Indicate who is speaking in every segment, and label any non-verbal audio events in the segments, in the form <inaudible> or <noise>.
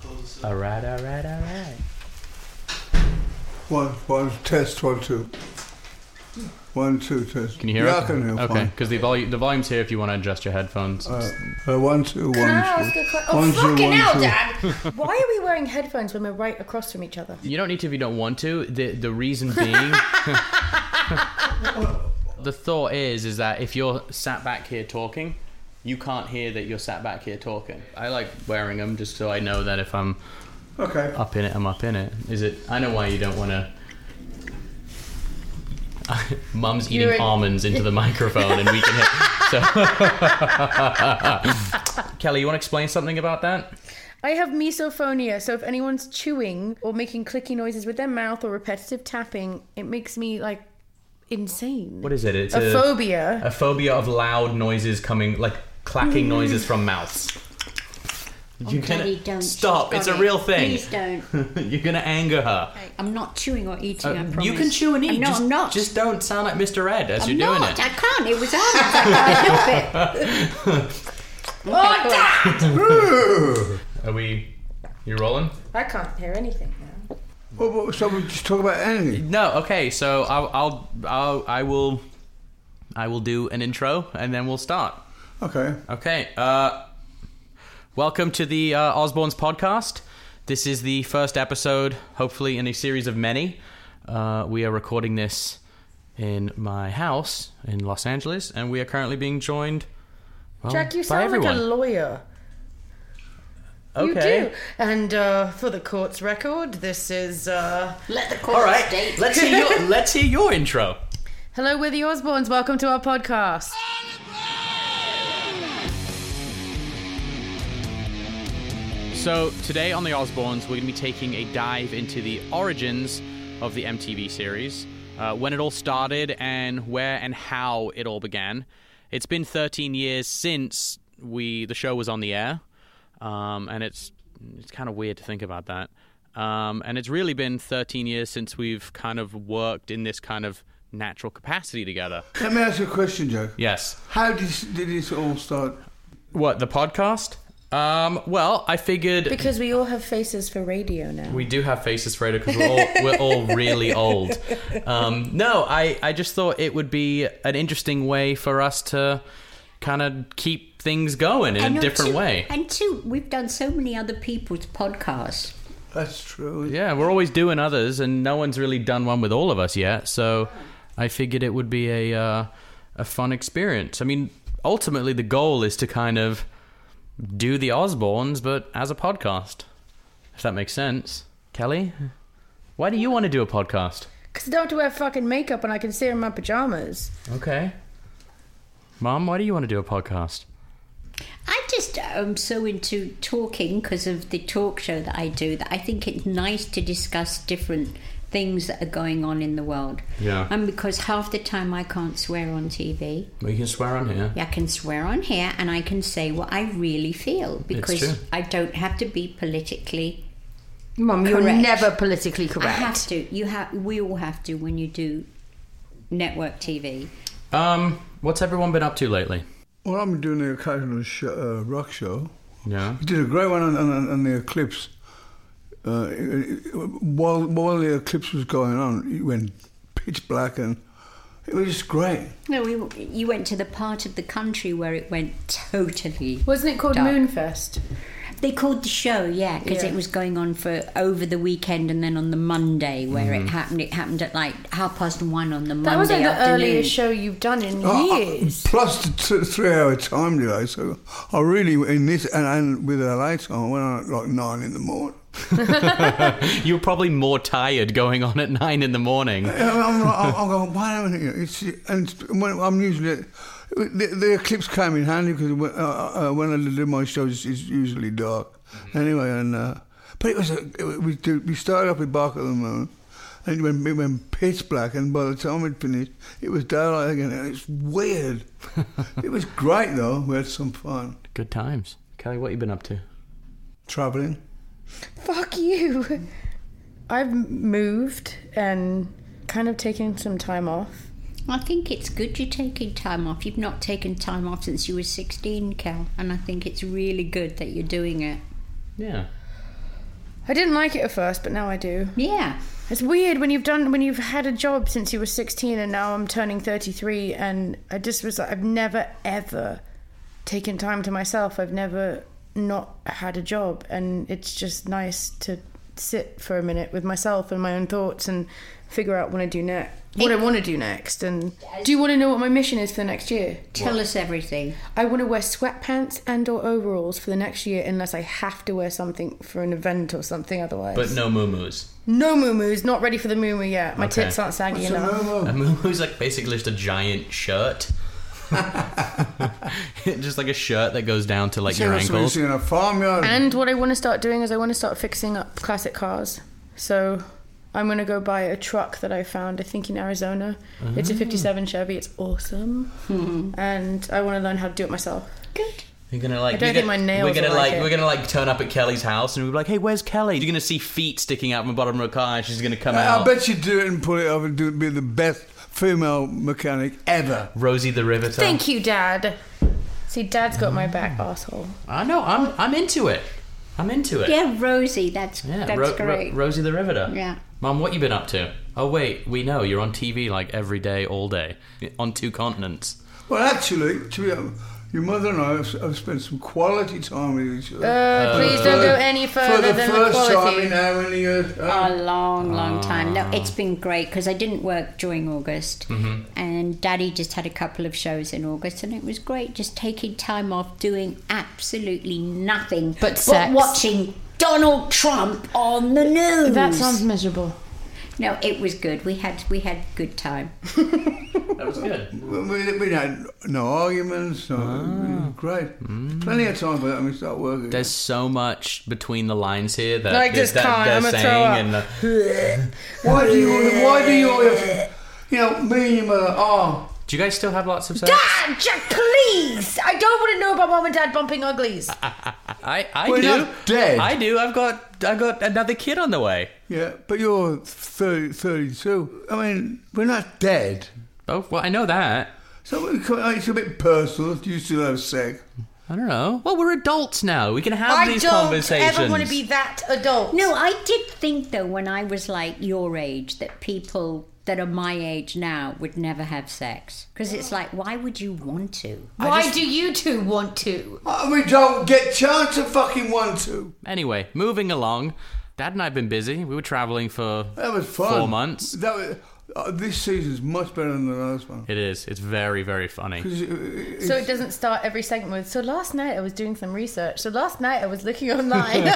Speaker 1: close.
Speaker 2: All right, all right, all right.
Speaker 3: One, one, test, one, two. One, two, test.
Speaker 4: Can you hear
Speaker 3: yeah,
Speaker 4: it?
Speaker 3: I can hear
Speaker 4: okay, because the volume the volume's here if you want to adjust your headphones.
Speaker 3: fine. Uh, one, two, one,
Speaker 5: Can I ask
Speaker 3: two.
Speaker 5: a question? Oh,
Speaker 3: One, two,
Speaker 5: fucking
Speaker 3: one,
Speaker 5: hell,
Speaker 3: two.
Speaker 5: Dad! Why are we wearing headphones when we're right across from each other?
Speaker 4: You don't need to if you don't want to. The the
Speaker 3: <laughs>
Speaker 4: reason being <laughs> The thought is is that if you're sat back here talking, you can't hear that you're sat back here talking. I like wearing them just so I know that if I'm
Speaker 3: Okay.
Speaker 4: up in it, I'm up in it. Is it I know why you don't want to <laughs> Mum's eating
Speaker 5: You're-
Speaker 4: almonds into the microphone and we can hit. So <laughs> Kelly, you want to explain something about that?
Speaker 5: I have misophonia, so if anyone's chewing or making clicky noises with their mouth or repetitive tapping, it makes me like insane.
Speaker 4: What is it? It's
Speaker 5: a phobia.
Speaker 4: a phobia of loud noises coming like
Speaker 6: Mm-hmm.
Speaker 4: clacking noises from mouths you
Speaker 6: Oh, Daddy, don't.
Speaker 4: stop
Speaker 6: She's
Speaker 4: it's a
Speaker 6: got it.
Speaker 4: real thing
Speaker 6: Please don't.
Speaker 4: <laughs> you're gonna anger her
Speaker 6: I'm not chewing or eating. I promise.
Speaker 4: Uh, you can chew and eat
Speaker 6: No,
Speaker 4: just,
Speaker 6: I'm not.
Speaker 4: just don't sound like mr ed as
Speaker 6: I'm
Speaker 4: you're doing
Speaker 6: not.
Speaker 4: it
Speaker 6: I can't. It was on.
Speaker 4: <laughs>
Speaker 6: I can't help it. oh, Dad!
Speaker 4: are we you rolling
Speaker 5: I can't hear anything
Speaker 4: Oh,
Speaker 5: now.
Speaker 3: Well, well, so we just talk about anything.
Speaker 4: no okay so i'll i'll, I'll i will i will do an intro and then we'll start
Speaker 3: Okay.
Speaker 4: Okay. Uh, welcome to the uh, Osborne's podcast. This is the first episode, hopefully, in a series of many. Uh, we are recording this in my house in Los Angeles, and we are currently being joined. Well,
Speaker 5: Jack, you
Speaker 4: by
Speaker 5: sound like a
Speaker 4: everyone.
Speaker 5: lawyer.
Speaker 4: Okay.
Speaker 5: You do. And uh, for the court's record, this is. Uh...
Speaker 6: Let the court
Speaker 4: All right.
Speaker 6: state.
Speaker 4: Let's hear your let's hear your intro.
Speaker 5: Hello, we're the Osbournes. Welcome to our podcast.
Speaker 4: So today on the Osbournes, we're going to be taking a dive into the origins of the MTV series, uh, when it all started, and where and how it all began. It's been 13 years since we the show was on the air, um, and it's it's kind of weird to think about that. Um, and it's really been 13 years since we've kind of worked in this kind of natural capacity together.
Speaker 3: Let me ask you a question, Joe.
Speaker 4: Yes.
Speaker 3: How did this, did this all start?
Speaker 4: What the podcast? Um, well, I figured
Speaker 5: Because we all have faces for radio now.
Speaker 4: We do have faces for because we're all, we're all really old. Um, no, I, I just thought it would be an interesting way for us to kind of keep things going in
Speaker 6: And
Speaker 4: a different
Speaker 6: two,
Speaker 4: way.
Speaker 6: And two, we've done so many other people's podcasts.
Speaker 3: That's true.
Speaker 4: Yeah, we're always doing others, and no one's really done one with all of us yet. So I figured it would be a uh, a fun experience. I mean, ultimately, the goal is to kind of do the Osbournes, but as a podcast, if that makes sense. Kelly, why do you want to do a podcast?
Speaker 5: Because I don't have to wear fucking makeup and I can sit in my pajamas.
Speaker 4: Okay. Mom, why do you want to do a podcast?
Speaker 6: I just am so into talking because of the talk show that I do that I think it's nice to discuss different things that are going on in the world.
Speaker 4: Yeah.
Speaker 6: And because half the time I can't swear on TV,
Speaker 4: We can swear on here.
Speaker 6: I can swear on here and I can say what I really feel
Speaker 4: true.
Speaker 6: because I don't have to be politically.
Speaker 5: Mum,
Speaker 6: you're Correct. never
Speaker 5: politically
Speaker 6: I have to. You have. We all have to when you do network TV.
Speaker 4: Um, what's everyone been up to lately?
Speaker 3: Well, I'm doing the occasional sh- uh, rock show.
Speaker 4: Yeah.
Speaker 3: We did a great one on, on, on the Eclipse. Uh, it- it- while while the Eclipse was going on, it went pitch black and it was just great.
Speaker 6: No, we, you went to the part of the country where it went totally
Speaker 5: Wasn't it called
Speaker 6: Dark.
Speaker 5: Moonfest?
Speaker 6: They called the show, yeah, because
Speaker 5: Yeah.
Speaker 6: it was going on for over the weekend and then on the Monday where it happened. It happened at like half past one on the
Speaker 5: That
Speaker 6: Monday
Speaker 5: was like the
Speaker 6: afternoon.
Speaker 5: earliest show you've done in
Speaker 3: Oh,
Speaker 5: years.
Speaker 3: Plus the two, three hour time delay, so I really in this and, and with LA time, I went on at like nine in the morning.
Speaker 4: <laughs> You're probably more tired going on at nine in the morning.
Speaker 3: And I'm, like, I'm, I'm going, why haven't you? It's, and when I'm usually the, the Eclipse came in handy because when, uh, uh, when I do my shows, it's usually dark. Anyway, and uh, but it was a, it, we do, we started off with Bark of the Moon. And it went, it went pitch black, and by the time we'd finished, it was daylight again. and It's weird. it was great, though. We had some fun.
Speaker 4: Good times. Kelly, what you been up to?
Speaker 3: Travelling.
Speaker 5: Fuck you. I've moved and kind of taken some time off.
Speaker 6: I think it's good you're taking time off. You've not taken time off since you were 16, Cal, and I think it's really good that you're doing it.
Speaker 4: Yeah.
Speaker 5: I didn't like it at first, but now I do.
Speaker 6: Yeah.
Speaker 5: It's weird when you've done when you've had a job since you were 16 and now I'm turning 33 and I just was like I've never ever taken time to myself. I've never not had a job and it's just nice to sit for a minute with myself and my own thoughts and figure out what I do next. What I want to do next and do you want to know what my mission is for the next year?
Speaker 6: Tell us everything.
Speaker 5: I want to wear sweatpants and or overalls for the next year unless I have to wear something for an event or something otherwise.
Speaker 4: But no muumuus.
Speaker 5: No muumuus, not ready for the muumu yet. My
Speaker 4: Okay.
Speaker 5: tits aren't saggy
Speaker 3: So,
Speaker 5: enough.
Speaker 4: A
Speaker 3: no, no.
Speaker 4: muumuu's like basically just a giant shirt. <laughs> just like a shirt that goes down to like your
Speaker 3: That's what you
Speaker 4: ankles.
Speaker 3: see in a farmyard.
Speaker 5: And what I want to start doing is I want to start fixing up classic cars. So I'm going to go buy a truck that I found, I think in Arizona. It's a 57 Chevy. It's awesome. Hmm. And I want to learn how to do it myself.
Speaker 6: Good.
Speaker 4: You're gonna like.
Speaker 5: I don't
Speaker 4: you're
Speaker 5: think
Speaker 4: gonna-
Speaker 5: my nails
Speaker 4: We're gonna
Speaker 5: will like
Speaker 4: like.
Speaker 5: it.
Speaker 4: we're gonna like turn up at Kelly's house and we'll be like, "Hey, where's Kelly?" You're gonna see feet sticking out from the bottom of her car, and she's gonna
Speaker 5: Uh,
Speaker 4: come out.
Speaker 3: I bet you do it and pull it off and do, be the best female mechanic ever.
Speaker 4: Rosie the Riveter.
Speaker 5: Thank you, Dad. See, Dad's got my back, asshole.
Speaker 4: I know. I'm. I'm into it. I'm into it.
Speaker 6: Yeah, Rosie, that's
Speaker 4: Yeah,
Speaker 6: that's
Speaker 4: Ro- Ro-
Speaker 6: great.
Speaker 4: Rosie the Riveter.
Speaker 6: Yeah.
Speaker 4: Mom, what you been up to? Oh wait, we know you're on TV like every day, all day, on two continents.
Speaker 3: Well, actually, to be honest, your mother and I have, have spent some quality time with each other.
Speaker 5: Uh, please don't go any further
Speaker 3: for the
Speaker 5: than the
Speaker 3: first time
Speaker 5: quality.
Speaker 3: in how many years? Uh,
Speaker 6: a long, long time. No,
Speaker 4: Ah.
Speaker 6: it's been great because I didn't work during August,
Speaker 4: Mm-hmm.
Speaker 6: and Daddy just had a couple of shows in August, and it was great just taking time off doing absolutely nothing
Speaker 5: But sex.
Speaker 6: watching Donald Trump on the news.
Speaker 5: That sounds miserable.
Speaker 6: no, it was good. We had we had good time.
Speaker 4: That was good.
Speaker 3: we, we- we had no arguments. No,
Speaker 5: Ah.
Speaker 3: it was great. Plenty of time for that when we start working.
Speaker 4: There's so much between the lines here that,
Speaker 5: I just
Speaker 4: that
Speaker 5: can't.
Speaker 4: they're
Speaker 5: I'm gonna
Speaker 4: saying,
Speaker 5: throw up.
Speaker 4: and uh, the,
Speaker 3: why do you? Why do you? always- You know, me and your mother are.
Speaker 4: do you guys still have lots of sex?
Speaker 5: Dad, Ah, Jack, please! I don't want to know about mom and dad bumping uglies.
Speaker 4: I, I
Speaker 3: We're
Speaker 4: do.
Speaker 3: not dead.
Speaker 4: I do. I've got I've got another kid on the way.
Speaker 3: Yeah, but you're 30, 32. I mean, we're not dead.
Speaker 4: Oh well, I know that.
Speaker 3: So we can- it's a bit personal. Do you still have sex?
Speaker 4: I don't know. Well, we're adults now. We can have
Speaker 5: I
Speaker 4: these
Speaker 5: don't
Speaker 4: conversations.
Speaker 5: ever want to be that adult.
Speaker 6: No, I did think though when I was like your age that people that are my age now would never have sex because it's like why would you want to?
Speaker 5: Why do you two want to?
Speaker 3: Uh, We don't get chance to fucking want to.
Speaker 4: Anyway, moving along. Dad and I've been busy. We were traveling for
Speaker 3: That was fun.
Speaker 4: Four months.
Speaker 3: That was, uh, this season's much better than the last one. uh,
Speaker 4: It is. It's very, very funny.
Speaker 5: So it doesn't start every segment with. So last night I was doing some research. So last night I was looking online. <laughs>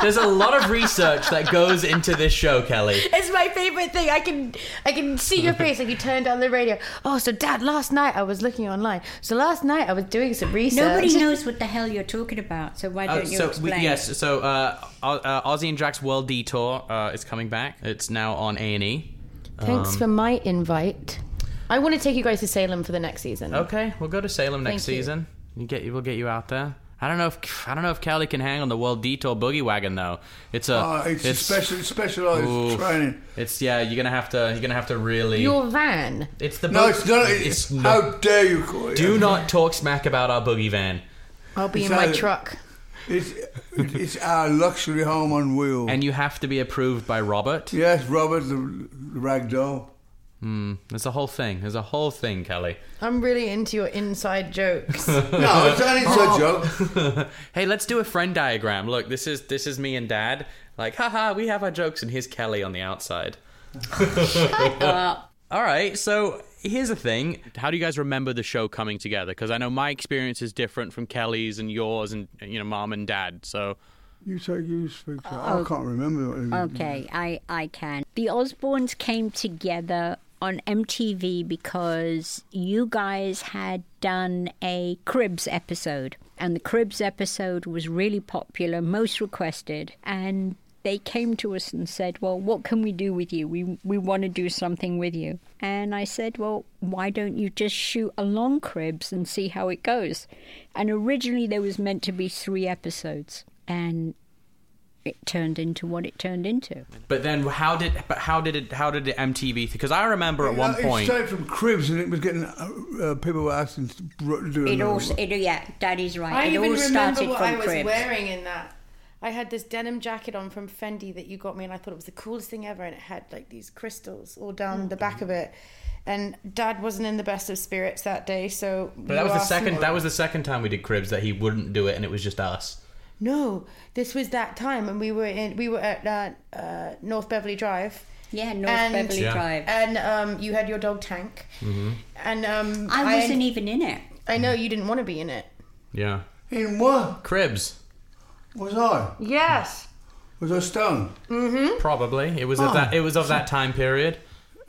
Speaker 4: There's a lot of research that goes into this show, Kelly.
Speaker 5: it's my favorite thing. I can I can see your face if you turn down the radio. Oh, so Dad, last night I was looking online. So last night I was doing some research.
Speaker 6: Nobody knows what the hell you're talking about, so why don't
Speaker 4: Uh,
Speaker 6: you
Speaker 4: so we,
Speaker 6: explain?
Speaker 4: yes, so uh, O- uh, Ozzy and Jack's World Detour uh, is coming back. It's now on A and E.
Speaker 5: Thanks for my invite. I want to take you guys to Salem for the next season.
Speaker 4: Okay, we'll go to Salem next
Speaker 5: Thank you.
Speaker 4: season. You get, we'll get you out there. I don't know if I don't know if Kelly can hang on the World Detour boogie wagon though. It's a
Speaker 3: Uh, it's, a special, specialized
Speaker 4: Oof.
Speaker 3: training.
Speaker 4: It's yeah. You're gonna have to. You're gonna have to really.
Speaker 5: Your van.
Speaker 4: it's the
Speaker 3: No,
Speaker 4: boat-
Speaker 3: it's not. It's,
Speaker 4: not-
Speaker 3: How dare you call it?
Speaker 4: Do
Speaker 3: that.
Speaker 4: not talk smack about our boogie van.
Speaker 5: I'll be in
Speaker 3: So-
Speaker 5: my truck.
Speaker 3: It's, it's our luxury home on wheels.
Speaker 4: And you have to be approved by Robert.
Speaker 3: yes, Robert the, the rag
Speaker 4: <laughs>
Speaker 3: doll.
Speaker 4: There's a whole thing. There's a whole thing, Kelly.
Speaker 5: I'm really into your inside jokes.
Speaker 3: No, it's only a joke.
Speaker 4: Hey, let's do a friend diagram. Look, this is this is me and Dad. Like, haha, we have our jokes, and here's Kelly on the outside. <laughs> All right, so here's the thing. How do you guys remember the show coming together? Because I know my experience is different from Kelly's and yours, and you know, Mom and Dad. So
Speaker 3: You take you speak. to-
Speaker 6: Oh.
Speaker 3: I can't remember.
Speaker 6: Okay, I, I can. The Osbournes came together on MTV because you guys had done a Cribs episode, and the Cribs episode was really popular, most requested, and they came to us and said, "Well, what can we do with you? We we want to do something with you." And I said, "Well, why don't you just shoot along Cribs and see how it goes?" And originally there was meant to be 3 episodes, and it turned into what it turned into.
Speaker 4: But then how did but how did it how did it MTV? Because I remember at one
Speaker 3: Uh, It
Speaker 4: point.
Speaker 3: started from Cribs, and it was getting uh, uh, people were asking to br- do
Speaker 6: It
Speaker 3: another
Speaker 6: all,
Speaker 3: one.
Speaker 6: it, yeah, Daddy's right. it all started from Cribs.
Speaker 5: wearing in that. I had this denim jacket on from Fendi that you got me, and I thought it was the coolest thing ever. And it had like these crystals all down the back of it. And Dad wasn't in the best of spirits that day, so.
Speaker 1: But that was the second. That was the second time we did cribs that he wouldn't do it, and it was just us.
Speaker 5: No, this was that time, and we were in. We were at uh, uh, North Beverly Drive.
Speaker 6: Yeah, North
Speaker 5: And-
Speaker 6: Beverly
Speaker 1: Yeah.
Speaker 6: Drive.
Speaker 5: And um, you had your dog Tank,
Speaker 1: Mm-hmm.
Speaker 5: and um,
Speaker 6: I wasn't e- even in it.
Speaker 5: I know you didn't want to be in it.
Speaker 1: Yeah,
Speaker 3: In what?
Speaker 1: cribs.
Speaker 3: Was I?
Speaker 5: Yes.
Speaker 3: Was I stoned?
Speaker 1: Probably it was
Speaker 5: Oh.
Speaker 1: of that. It was of that time period.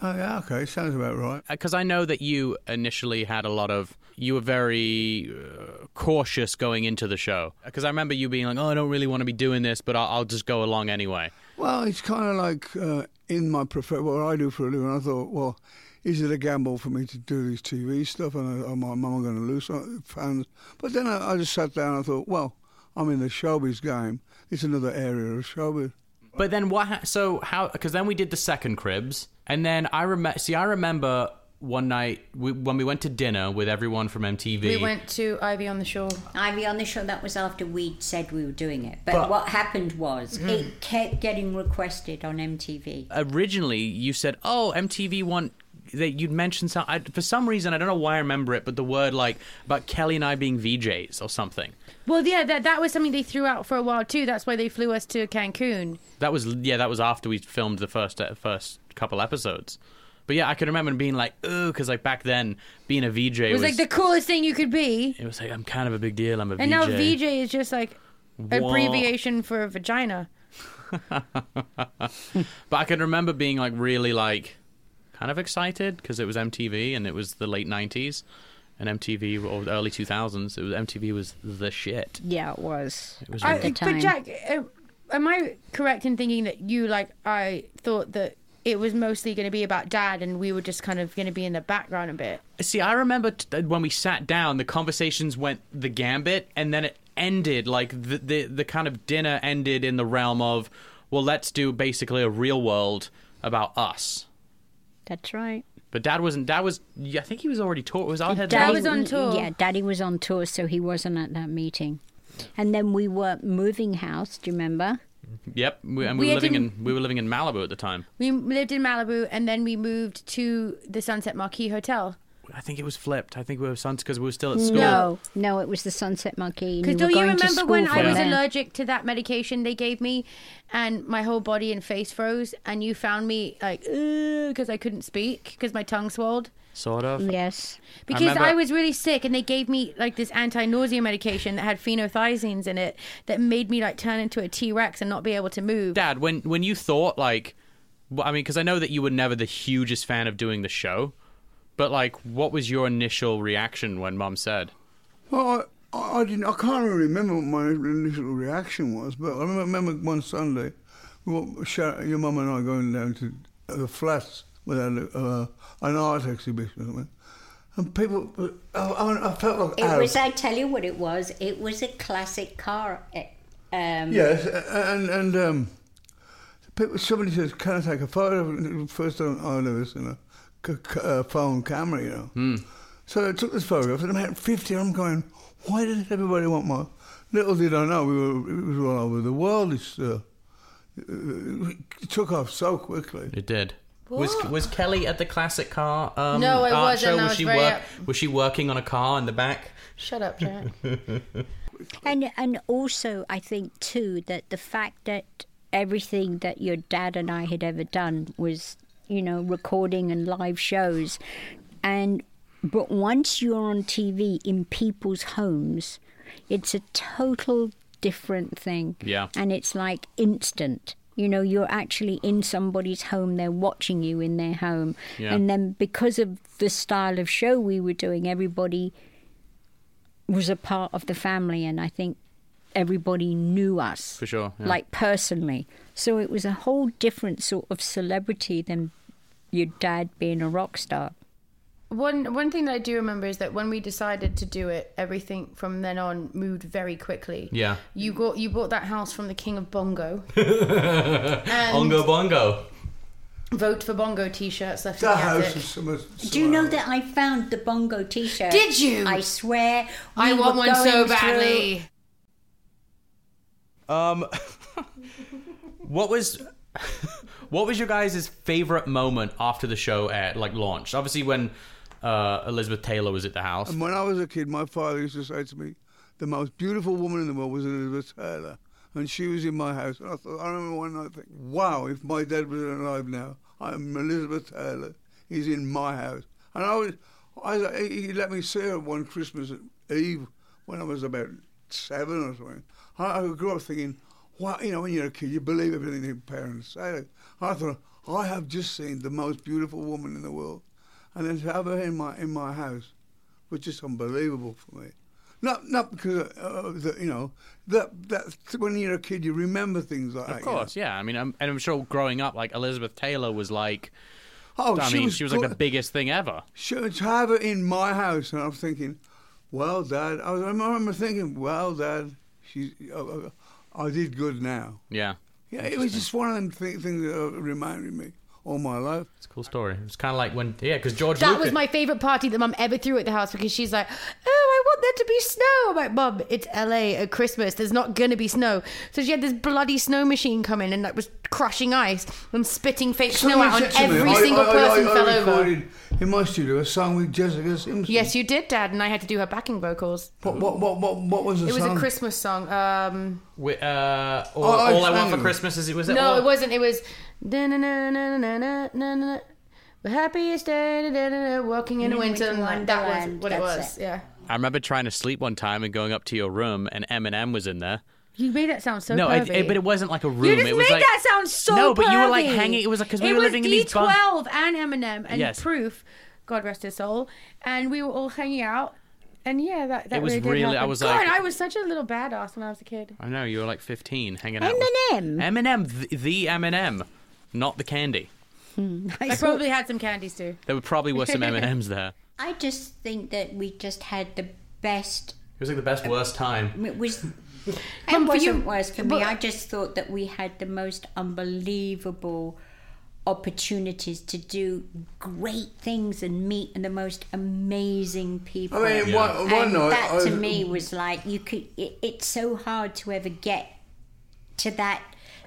Speaker 3: Oh, yeah, okay, sounds about right.
Speaker 4: because Uh, I know that you initially had a lot of you were very uh, cautious going into the show because I remember you being like, "Oh, I don't really want to be doing this, but I'll, I'll just go along anyway."
Speaker 3: Well, it's kind of like uh, in my profession, what I do for a living. I thought, well, is it a gamble for me to do this TV stuff? And I, oh, my mum, I'm going to lose some fans. But then I, I just sat down and I thought, well, I'm in the showbiz game. It's another area of showbiz.
Speaker 4: But then what? Ha- so how? Because then we did the second cribs, and then I remember. See, I remember one night we, when we went to dinner with everyone from MTV.
Speaker 5: We went to Ivy on the Shore.
Speaker 6: Ivy on the show, that was after we'd said we were doing it. But,
Speaker 1: But-
Speaker 6: what happened was
Speaker 5: Mm.
Speaker 6: it kept getting requested on MTV.
Speaker 4: originally you said, "Oh, MTV want that you'd mentioned some I, for some reason I don't know why I remember it, but the word like about Kelly and I being VJs or something.
Speaker 5: Well, yeah, that that was something they threw out for a while too. That's why they flew us to Cancun.
Speaker 4: That was yeah, that was after we filmed the first uh, first couple episodes. But yeah, I can remember being like, "Ooh," because like back then being a VJ
Speaker 5: It was like the coolest thing you could be,
Speaker 4: it was like I'm kind of a big deal. I'm a
Speaker 5: and now VJ is just like abbreviation for vagina.
Speaker 4: But I can remember being like really like kind of excited because it was MTV and it was the late '90s. And MTV or early 2000s, it was MTV was the shit.
Speaker 6: Yeah, it was. It was
Speaker 5: I,
Speaker 6: at the time.
Speaker 5: But Jack, uh, am I correct in thinking that you like I thought that it was mostly going to be about Dad, and we were just kind of going to be in the background a bit.
Speaker 4: See, I remember t- when we sat down, the conversations went the gambit, and then it ended like the, the the kind of dinner ended in the realm of, well, let's do basically a real world about us.
Speaker 6: That's right.
Speaker 4: But Dad wasn't. Dad was. yeah, I think he was already taught. Was out here.
Speaker 5: Dad
Speaker 6: Daddy-
Speaker 5: was on tour.
Speaker 6: Yeah, Daddy was on tour, so he wasn't at that meeting. And then we were moving house. Do you remember?
Speaker 4: Yep. We, and we,
Speaker 5: We
Speaker 4: were living
Speaker 5: didn't-
Speaker 4: in we were living in Malibu at the time.
Speaker 5: We lived in Malibu, and then we moved to the Sunset Marquee Hotel.
Speaker 4: I think it was flipped. I think we were sons because we were still at school.
Speaker 6: No, no, it was the Sunset Monkey. and
Speaker 5: Because
Speaker 6: we
Speaker 5: do
Speaker 6: were
Speaker 5: you
Speaker 6: going to
Speaker 5: remember
Speaker 6: school
Speaker 5: when I
Speaker 6: from
Speaker 5: was
Speaker 6: there.
Speaker 5: allergic to that medication they gave me, and my whole body and face froze, and you found me like because I couldn't speak because my tongue swelled
Speaker 4: Sort of.
Speaker 6: Yes.
Speaker 5: because I,
Speaker 4: remember-
Speaker 5: was really sick, and they gave me like this anti-nausea medication that had phenothiazines in it that made me like turn into a T Rex and not be able to move.
Speaker 4: Dad, when when you thought like, well, I mean, because I know that you were never the hugest fan of doing the show, but like, what was your initial reaction when Mum said?
Speaker 3: Well, I, I I didn't. I can't really remember what my initial reaction was, but I remember one Sunday, we were- Sharon- your mum and I going down to the flats with had uh, an art exhibition, or something, and people. I, I, I felt like
Speaker 6: It
Speaker 3: Arabs.
Speaker 6: was. I tell you what it was. It was a classic car. eh, Um,
Speaker 3: Yes, a- and and um, people, somebody says, "Can I take a photo?" And the First time I've ever seen a c- c- uh, phone camera, you know. So I took this photograph, and about fifty. I'm going, "Why does everybody want my?" Little did I know, we were it was all over the world. It's, uh, it took off so quickly.
Speaker 4: It did.
Speaker 1: Was was Kelly at the classic car? Um,
Speaker 5: No, I
Speaker 1: art
Speaker 5: wasn't.
Speaker 1: Show?
Speaker 5: I
Speaker 1: Was
Speaker 5: was
Speaker 1: she
Speaker 5: very
Speaker 1: work? Was she working on a car in the back?
Speaker 5: Shut up, Jack.
Speaker 6: And and also, I think too that the fact that everything that your dad and I had ever done was, you know, recording and live shows, and but once you're on TV in people's homes, it's a total different thing.
Speaker 4: Yeah.
Speaker 6: and it's like instant. You know, you're actually in somebody's home. They're watching you in their home,
Speaker 4: Yeah.
Speaker 6: and then because of the style of show we were doing, everybody was a part of the family, and I think everybody knew us
Speaker 4: For sure, yeah.
Speaker 6: like personally. So it was a whole different sort of celebrity than your dad being a rock star.
Speaker 5: One one thing that I do remember is that when we decided to do it, everything from then on moved very quickly.
Speaker 1: Yeah.
Speaker 5: You got you bought that house from the King of Bongo.
Speaker 1: <laughs> Ongo bongo.
Speaker 5: Vote for Bongo t-shirts left
Speaker 3: That
Speaker 5: in the
Speaker 3: house
Speaker 5: attic.
Speaker 3: is so much.
Speaker 6: Do you know that I found the bongo T-shirt?
Speaker 5: Did you?
Speaker 6: I swear.
Speaker 5: I
Speaker 6: we
Speaker 5: want
Speaker 6: were
Speaker 5: one so
Speaker 6: going through-
Speaker 5: badly.
Speaker 4: Um, <laughs> what was <laughs> what was your guys' favorite moment after the show aired, like launched? Obviously, when uh, Elizabeth Taylor was at the house.
Speaker 3: And when I was a kid, my father used to say to me, "The most beautiful woman in the world was Elizabeth Taylor, and she was in my house." And I thought, I remember one night thinking, "Wow, if my dad was alive now, I'm Elizabeth Taylor. He's in my house." And I was, I was- he he let me see her one Christmas Eve when I was about seven or something. I, I grew up thinking, "Wow, you know, when you're a kid, you believe everything your parents say." I thought, "I have just seen the most beautiful woman in the world." and then to have her in my in my house was just unbelievable for me. Not not because uh, the, you know that that when you're a kid you remember things like that.
Speaker 4: Of course, yeah. I mean, I'm, and I'm sure growing up, like Elizabeth Taylor was like,
Speaker 3: Oh,
Speaker 4: I
Speaker 3: she
Speaker 4: mean,
Speaker 3: was
Speaker 4: she was like the
Speaker 3: good.
Speaker 4: biggest thing ever.
Speaker 3: She, to have her in my house, and I'm thinking, well, Dad. I, was, I remember thinking, well, Dad, she, uh, I did good now.
Speaker 4: Yeah,
Speaker 3: Yeah, it was just one of them th- things that uh, reminded me all my life.
Speaker 4: it's a cool story. It's kind of like when, yeah, because George
Speaker 5: That
Speaker 4: Lucas.
Speaker 5: was my favorite party that mum ever threw at the house because she's like, "Oh, I want there to be snow." I'm like, "Mum, it's LA at Christmas. There's not gonna be snow." So she had this bloody snow machine come in and like was crushing ice and spitting fake snow
Speaker 3: Someone
Speaker 5: out,
Speaker 3: said
Speaker 5: and
Speaker 3: to me,
Speaker 5: every
Speaker 3: I-
Speaker 5: single
Speaker 3: I- I-
Speaker 5: person
Speaker 3: I
Speaker 5: fell over.
Speaker 3: recorded In my studio, a song with Jessica Simpson.
Speaker 5: Yes, you did, Dad, and I had to do her backing vocals.
Speaker 3: What what what what, what was the
Speaker 5: It was
Speaker 3: song?
Speaker 5: a Christmas song. Um,
Speaker 4: wi- uh, all,
Speaker 3: Oh, I
Speaker 4: all I
Speaker 3: sang
Speaker 4: want for
Speaker 3: it.
Speaker 4: Christmas is it was
Speaker 5: no,
Speaker 4: all-
Speaker 5: it wasn't. It was. "Da-na-na-na-na-na-na-na-na. The happiest day, da-da-da-da, walking in
Speaker 6: In
Speaker 5: winter,
Speaker 6: winter
Speaker 5: and like that was
Speaker 6: wonderland.
Speaker 5: what it
Speaker 6: That's
Speaker 5: was.
Speaker 6: it.
Speaker 5: Yeah,
Speaker 4: I remember trying to sleep one time and going up to your room, and Eminem was in there.
Speaker 5: you made that sound so.
Speaker 4: No, it, it- but it wasn't like a room.
Speaker 6: You just
Speaker 4: it was
Speaker 6: made
Speaker 4: like,
Speaker 6: that sound so.
Speaker 4: No, but you were like
Speaker 6: pervy.
Speaker 4: hanging. It was like because we
Speaker 6: It
Speaker 4: were
Speaker 6: was
Speaker 4: living in these bunk-
Speaker 6: D12
Speaker 5: E and Eminem and
Speaker 4: Yes.
Speaker 5: Proof, God rest his soul, and we were all hanging out. And yeah, that, that
Speaker 4: It was
Speaker 5: really, did
Speaker 4: really- I
Speaker 5: happen.
Speaker 4: was
Speaker 5: God,
Speaker 4: like-
Speaker 5: I was such a little badass when I was a kid.
Speaker 4: I know you were like 15, hanging out.
Speaker 6: Eminem.
Speaker 4: With- Eminem, the, the Eminem, not the candy.
Speaker 5: I probably had some candies too.
Speaker 4: There were probably were
Speaker 6: <laughs>
Speaker 4: some M&Ms there.
Speaker 6: I just think that we just had the best.
Speaker 1: It was like the best worst time.
Speaker 6: It <laughs> was.
Speaker 5: Mum,
Speaker 6: It
Speaker 5: for you-
Speaker 6: wasn't worse for me.
Speaker 5: but-
Speaker 6: I just thought that we had the most unbelievable opportunities to do great things and meet the most amazing people.
Speaker 3: I mean, one, one
Speaker 6: and
Speaker 3: night.
Speaker 6: that
Speaker 3: I was,
Speaker 6: to me was like you could. It, it's so hard to ever get to that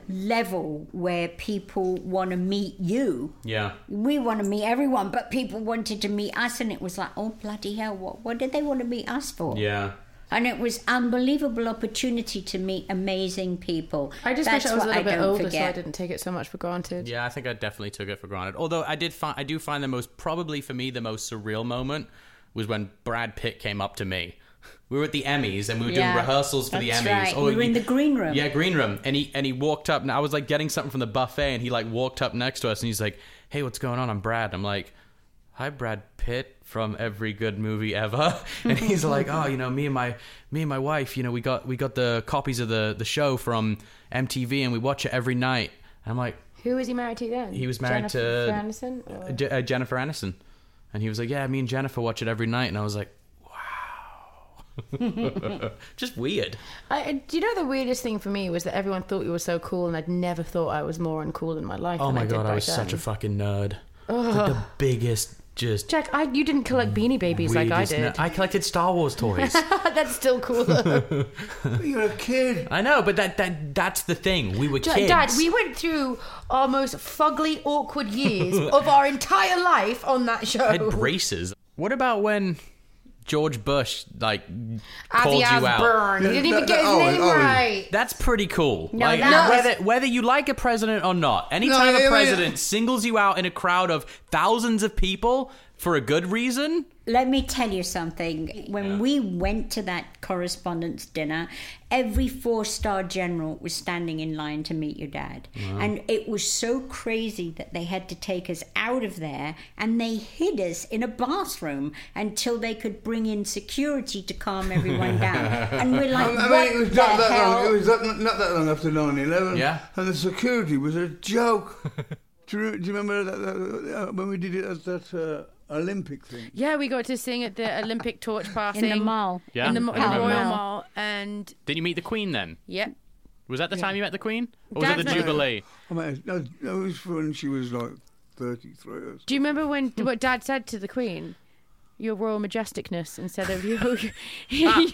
Speaker 6: level where people want to meet you.
Speaker 1: Yeah.
Speaker 6: We want to meet everyone, but people wanted to meet us, and it was like, oh bloody hell! What what did they want to meet us for?
Speaker 1: Yeah.
Speaker 6: And it was unbelievable opportunity to meet amazing people.
Speaker 5: I just
Speaker 6: That's
Speaker 5: wish I was a
Speaker 6: what
Speaker 5: little bit
Speaker 6: don't
Speaker 5: older, so I
Speaker 6: forget.
Speaker 5: didn't take it so much for granted.
Speaker 4: Yeah, I think I definitely took it for granted. Although I did find I do find the most probably for me the most surreal moment was when Brad Pitt came up to me. We were at the Emmys and we were
Speaker 6: Yeah,
Speaker 4: doing rehearsals for the
Speaker 6: that's
Speaker 4: Emmys. Oh,
Speaker 6: right. We were in the green room.
Speaker 4: Yeah, green room. And he and he walked up and I was like getting something from the buffet and he like walked up next to us and he's like, "Hey, what's going on? I'm Brad." I'm like, "Hi, Brad Pitt from every good movie ever." <laughs> And he's like, "Oh, you know, me and my me and my wife, you know, we got we got the copies of the the show from MTV and we watch it every night." And I'm like,
Speaker 5: Who was he married to then?
Speaker 4: he was married
Speaker 5: Jennifer
Speaker 4: to
Speaker 5: Aniston. or-
Speaker 4: J- uh, Jennifer Aniston, and he was like, "Yeah, me and Jennifer watch it every night," and I was like, "Wow, <laughs> just weird."
Speaker 5: I, I- do you know the weirdest thing for me was that everyone thought you were so cool, and I'd never thought I was more uncool in my life.
Speaker 4: Oh
Speaker 5: than
Speaker 4: my
Speaker 5: I did
Speaker 4: god,
Speaker 5: back
Speaker 4: I was such a
Speaker 5: then.
Speaker 4: fucking
Speaker 5: <laughs>
Speaker 4: nerd. Like the biggest, just
Speaker 5: Jack, I, you didn't collect Beanie Babies like I
Speaker 4: Mm, weirdest
Speaker 5: did. Uh,
Speaker 4: nerd. I collected Star Wars
Speaker 5: <laughs>
Speaker 4: toys.
Speaker 5: That's
Speaker 4: <laughs>
Speaker 5: still cooler.
Speaker 3: you're a kid.
Speaker 4: I know, but that that that's the thing. We were
Speaker 5: Ja-
Speaker 4: kids.
Speaker 5: Dad, we went through our most fugly,
Speaker 4: <laughs>
Speaker 5: awkward years of our entire life on that show.
Speaker 4: had braces. What about when? George Bush like
Speaker 5: As
Speaker 4: called
Speaker 5: he
Speaker 4: you
Speaker 5: has
Speaker 4: out. oh,
Speaker 5: burned. You didn't even
Speaker 3: No,
Speaker 5: get his
Speaker 3: no, Owen,
Speaker 5: name
Speaker 3: Owen.
Speaker 5: right.
Speaker 4: That's pretty cool.
Speaker 6: No,
Speaker 4: like,
Speaker 6: that was-
Speaker 4: whether, whether you like a president or not, anytime
Speaker 3: No, I
Speaker 4: a
Speaker 3: mean-
Speaker 4: president singles you out in a crowd of thousands of people for a good reason,
Speaker 6: Let me tell you something. When we went to that correspondence dinner, every four star general was standing in line to meet your dad. And it was so crazy that they had to take us out of there and they hid us in a bathroom until they could bring in security to calm everyone down.
Speaker 3: <laughs>
Speaker 6: And we're
Speaker 3: I
Speaker 6: like,
Speaker 3: mean, I
Speaker 6: what
Speaker 3: mean, it was
Speaker 6: the
Speaker 3: not that
Speaker 6: hell?
Speaker 3: long. It was that, not that long after 9/11.
Speaker 4: Yeah.
Speaker 3: And the security was a joke. do, you, re- do you remember that, that, uh, when we did it at that uh, Olympic thing?
Speaker 5: Yeah, we got to sing at the Olympic torch passing
Speaker 6: mall.
Speaker 4: Yeah,
Speaker 5: in the,
Speaker 4: I
Speaker 5: mo- Oh, in the
Speaker 4: remember
Speaker 5: Royal
Speaker 6: that.
Speaker 5: Mall, and
Speaker 4: did you meet the Queen then?
Speaker 5: yeah,
Speaker 4: Was that the time you met the Queen? Or was
Speaker 5: Dad
Speaker 4: it the
Speaker 5: met-
Speaker 4: Jubilee?
Speaker 3: I mean, no, no, it was when she was like 33 or something.
Speaker 5: Hmm. Do you remember when what Dad said to the Queen? your royal majesticness instead of <laughs> you.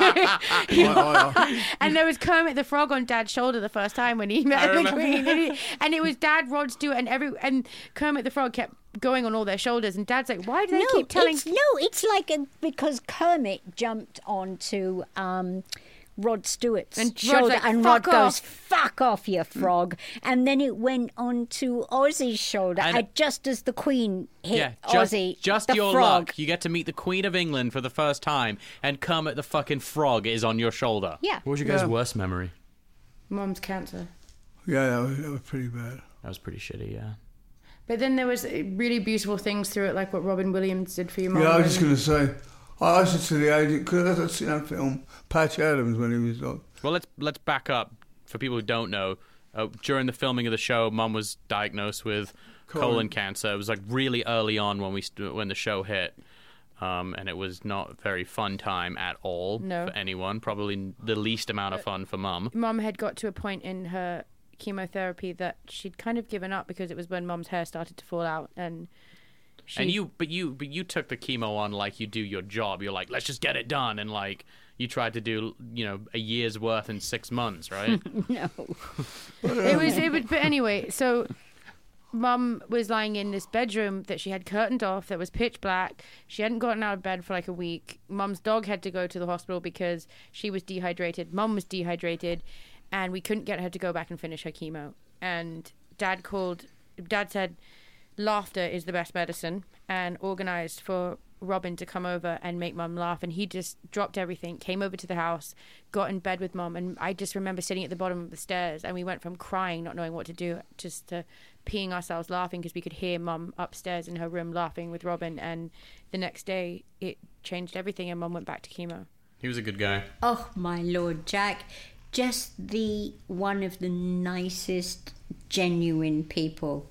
Speaker 3: I- I-
Speaker 5: and there was Kermit the Frog on Dad's shoulder the first time when he met the Queen, and, he, and it was Dad, Rod Stewart, and every and Kermit the Frog kept going on all their shoulders, and Dad's like, "Why do they keep telling?"
Speaker 6: It's, no, it's like a, because Kermit jumped onto um, Rod Stewart's
Speaker 5: And Rod's
Speaker 6: shoulder,
Speaker 5: like,
Speaker 6: and Rod
Speaker 5: "Fuck
Speaker 6: goes,
Speaker 5: off."
Speaker 6: "Fuck off, you frog!" And then it went onto Ozzy's shoulder,
Speaker 4: And-
Speaker 6: and just as the Queen hit
Speaker 4: Yeah, just,
Speaker 6: Ozzy,
Speaker 4: just
Speaker 6: the
Speaker 4: your
Speaker 6: frog.
Speaker 4: luck. You get to meet the Queen of England for the first time, and Kermit the fucking frog is on your shoulder.
Speaker 6: Yeah.
Speaker 4: What was your guys'
Speaker 3: Yeah.
Speaker 4: worst memory?
Speaker 5: Mom's cancer.
Speaker 3: yeah, that was, that was pretty bad.
Speaker 4: That was pretty shitty. Yeah.
Speaker 5: But then there was uh, really beautiful things through it, like what Robin Williams did for you, Mom.
Speaker 3: Yeah, I was just
Speaker 5: and-
Speaker 3: going to say, I I said to the agent, because I'd seen that film, Patch Adams, when he was like,
Speaker 4: Well, let's let's back up for people who don't know. Uh, during the filming of the show, Mum was diagnosed with colon. cancer. It was like really early on when we st- when the show hit, um, and it was not a very fun time at all
Speaker 5: No.
Speaker 4: for anyone. Probably the least amount
Speaker 6: Uh,
Speaker 4: of fun for Mum.
Speaker 5: Mom had got to a point in her chemotherapy that she'd kind of given up because it was when Mom's hair started to fall out, and she
Speaker 4: And you, but you, but you took the chemo on like you do your job. You're like, let's just get it done, and like you tried to do, you know, a year's worth in six months,
Speaker 1: <laughs>
Speaker 4: right?
Speaker 5: it was it would but anyway so mum was lying in this bedroom that she had curtained off that was pitch black she hadn't gotten out of bed for like a week mum's dog had to go to the hospital because she was dehydrated mum was dehydrated and we couldn't get her to go back and finish her chemo and dad called dad said laughter is the best medicine and organized for Robin to come over and make mum laugh. And he just dropped everything, came over to the house, got in bed with mum. And I just remember sitting at the bottom of the stairs and we went from crying, not knowing what to do, just to peeing ourselves laughing because we could hear mum upstairs in her room laughing with Robin. And the next day it changed everything and mum went back to chemo.
Speaker 1: He was a good guy.
Speaker 6: Oh my lord, Jack! Just the one of the nicest, genuine people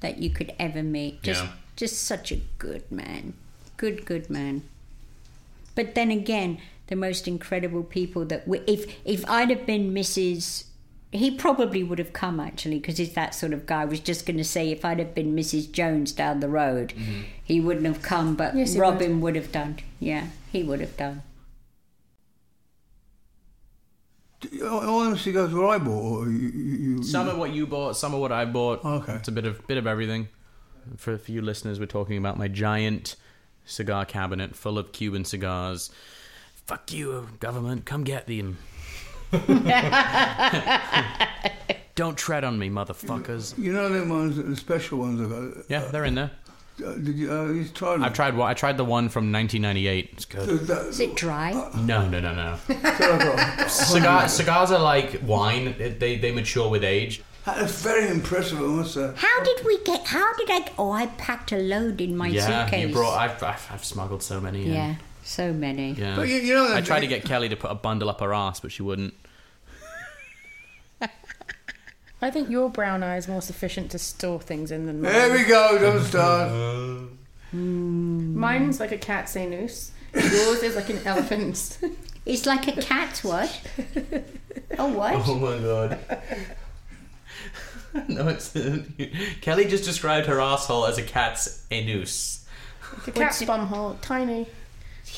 Speaker 6: that you could ever meet. Just,
Speaker 1: Yeah.
Speaker 6: just such a good man, good, good man. But then again, the most incredible people that we, if if I'd have been Mrs. He probably would have come actually because he's that sort of guy. I was just going to say if I'd have been Mrs. Jones down the road, he wouldn't have come, but
Speaker 5: Yes, he would.
Speaker 6: Robin would have done. Yeah, he would have done.
Speaker 3: "Do- all them cigars were I bought, or you, you, you-
Speaker 1: Some of what you bought, some of what I bought.
Speaker 3: Okay.
Speaker 1: It's a bit of bit of everything. For a few listeners, we're talking about my giant cigar cabinet full of Cuban cigars. Fuck you, government. Come get <laughs> them. Don't tread on me, motherfuckers.
Speaker 3: you know them ones, the special ones I got?
Speaker 1: Yeah, they're in there.
Speaker 3: Uh, did you, uh, you tried them?
Speaker 1: I've tried one. I tried the one from 1998. It's good.
Speaker 3: Is that-
Speaker 6: Is it dry?
Speaker 1: No, no,
Speaker 3: <laughs>
Speaker 1: no, no.
Speaker 3: so I got-
Speaker 1: Cigar, cigars are like wine. It- They they mature with age.
Speaker 3: That's very impressive, I must say.
Speaker 6: How did we get? How did I? Oh, I packed a load in my
Speaker 1: yeah,
Speaker 6: suitcase.
Speaker 1: you brought. I've, I've, I've smuggled so many. in.
Speaker 6: yeah, so many.
Speaker 1: Yeah.
Speaker 3: But you- you know that-
Speaker 1: I tried to get Kelly to put a bundle up her ass, but
Speaker 3: <laughs>
Speaker 1: she wouldn't.
Speaker 5: I think your brown eye is more sufficient to store things in than mine.
Speaker 3: There we go, don't start.
Speaker 5: Mine's like a cat's anus. Yours is like an <laughs> elephant's.
Speaker 6: It's like a cat. What?
Speaker 1: <laughs>
Speaker 6: oh, what?
Speaker 1: my god. <laughs> no, it's Kelly just described her asshole as a cat's anus.
Speaker 5: The cat's bum hole, tiny.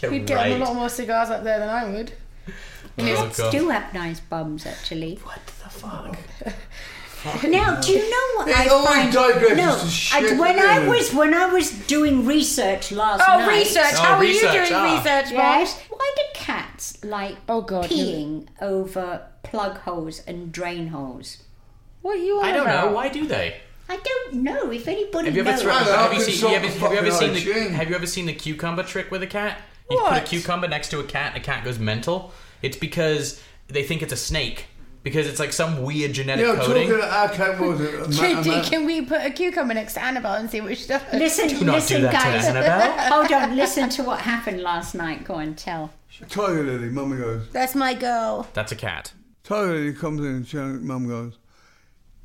Speaker 1: You're
Speaker 5: You'd get a lot more cigars up there than I would.
Speaker 6: <laughs>
Speaker 1: Oh,
Speaker 6: Cats do have nice bums, actually.
Speaker 1: What the fuck?
Speaker 6: <laughs> Now, do you know what
Speaker 3: It
Speaker 6: I
Speaker 3: always
Speaker 6: find?
Speaker 3: digresses
Speaker 6: no,
Speaker 3: to
Speaker 6: I-
Speaker 3: shit,
Speaker 6: when
Speaker 3: doesn't
Speaker 6: I
Speaker 3: it?
Speaker 6: was when I was doing research last
Speaker 5: Oh,
Speaker 6: night.
Speaker 5: research!
Speaker 1: Oh,
Speaker 5: How
Speaker 1: research,
Speaker 5: are you doing
Speaker 1: ah.
Speaker 5: research, Mom?
Speaker 6: Yes. Why do cats like
Speaker 5: Oh, God, you-
Speaker 6: peeing over plug holes and drain holes?
Speaker 5: What are you on
Speaker 1: I don't
Speaker 5: about?
Speaker 1: know. Why do they?
Speaker 6: I don't know if anybody
Speaker 1: Have you ever,
Speaker 6: knows.
Speaker 1: thrown-
Speaker 3: I
Speaker 1: have you
Speaker 3: can
Speaker 1: seen,
Speaker 3: solve
Speaker 1: have you,
Speaker 3: the
Speaker 1: have you ever seen
Speaker 3: fucking
Speaker 1: the
Speaker 3: hygiene.
Speaker 1: Have you ever seen the cucumber trick with a cat? You put a
Speaker 5: What?
Speaker 1: cucumber next to a cat, and a cat goes mental. It's because they think it's a snake because it's like some weird genetic
Speaker 3: Yeah, I'm
Speaker 1: coding.
Speaker 3: talking to our cat was
Speaker 6: <laughs>
Speaker 3: a, a, ma- a,
Speaker 5: Can,
Speaker 3: ma-
Speaker 5: <laughs> can we put a cucumber next to Annabelle and see what she does?
Speaker 6: Listen,
Speaker 1: Do not
Speaker 6: listen,
Speaker 1: do that
Speaker 6: guys.
Speaker 1: to Annabelle.
Speaker 6: Hold on, listen to what happened last night. Go and tell.
Speaker 3: Tiger Lily, Mum goes.
Speaker 5: That's my girl.
Speaker 1: That's a cat.
Speaker 3: Tiger Lily comes in and she, Mum goes,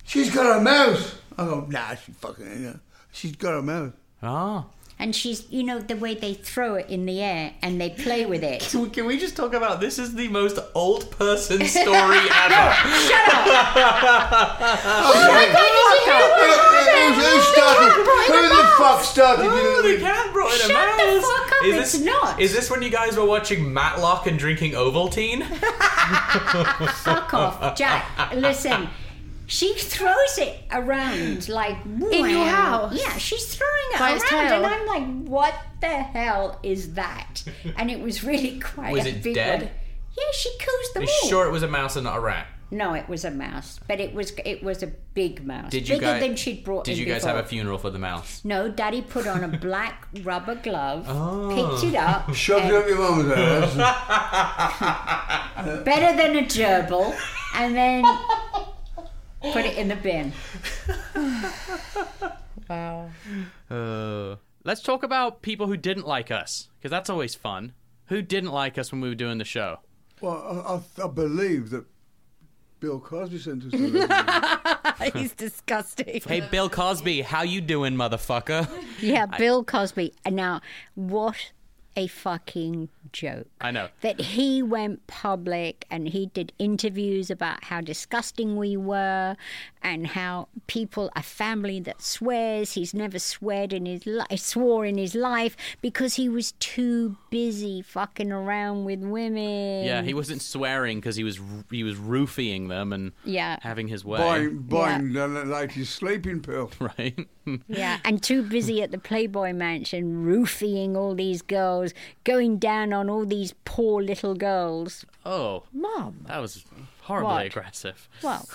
Speaker 3: She's got a mouse. I go, Nah, she fucking ain't. got- She's got a mouse.
Speaker 1: Ah.
Speaker 6: And she's, you know, the way they throw it in the air and they play with it. <laughs>
Speaker 1: Can we just talk about this? Is the most old person story ever.
Speaker 6: Shut up! Oh,
Speaker 3: Who started? Who the fuck started?
Speaker 1: Oh,
Speaker 3: you-
Speaker 1: the cat brought in a
Speaker 6: Shut the
Speaker 1: mouse.
Speaker 6: fuck up,
Speaker 1: Is
Speaker 6: it's
Speaker 1: this,
Speaker 6: not.
Speaker 1: Is this when you guys were watching Matlock and drinking
Speaker 6: <laughs>
Speaker 1: Ovaltine?
Speaker 6: Fuck off, Jack. Listen, she throws it around like
Speaker 5: In your
Speaker 6: wow.
Speaker 5: house?
Speaker 6: Yeah, she's throwing it
Speaker 5: By
Speaker 6: around,
Speaker 5: its
Speaker 6: and
Speaker 5: tail?
Speaker 6: I'm like, what the hell is that? And it was really quite.
Speaker 1: Was it
Speaker 6: big
Speaker 1: dead?
Speaker 6: one. Yeah, she coos them
Speaker 1: Are you
Speaker 6: all.
Speaker 1: sure it was a mouse and not a rat?
Speaker 6: No, it was a mouse, but it was it was a big mouse,
Speaker 1: Did you
Speaker 6: bigger
Speaker 1: guys-
Speaker 6: than she'd brought. in
Speaker 1: Did you guys
Speaker 6: before.
Speaker 1: have a funeral for the mouse?
Speaker 6: No, Daddy put on a black rubber glove,
Speaker 1: Oh.
Speaker 6: picked it up,
Speaker 3: Shoved it
Speaker 6: and-
Speaker 3: up your mum's ass.
Speaker 6: <laughs> better than a gerbil, and then put it in the bin.
Speaker 5: Wow.
Speaker 4: Uh, let's talk about people who didn't like us, because that's always fun. Who didn't like us when we were doing the show?
Speaker 3: Well, I, I, I believe that Bill Cosby sent us.
Speaker 6: <laughs>
Speaker 3: to-
Speaker 5: <laughs> He's disgusting.
Speaker 4: Hey, Bill Cosby, how you doing, motherfucker?
Speaker 6: Yeah, Bill Cosby. Now, what a fucking joke.
Speaker 4: I know.
Speaker 6: That he went public and he did interviews about how disgusting we were and how people, a family that swears, he's never sweared in his life, swore in his life because he was too busy fucking around with women.
Speaker 4: <laughs> Yeah, he wasn't swearing because he was he was roofying them and
Speaker 6: Yeah.
Speaker 4: having his way. <laughs>
Speaker 3: Buying, buying the lady's sleeping <laughs> pill.
Speaker 4: Right?
Speaker 6: Yeah, and too busy at the Playboy Mansion roofying all these girls, going down on all these poor little girls.
Speaker 4: oh,
Speaker 5: Mom.
Speaker 4: that was horribly
Speaker 6: What?
Speaker 4: aggressive.
Speaker 6: Well,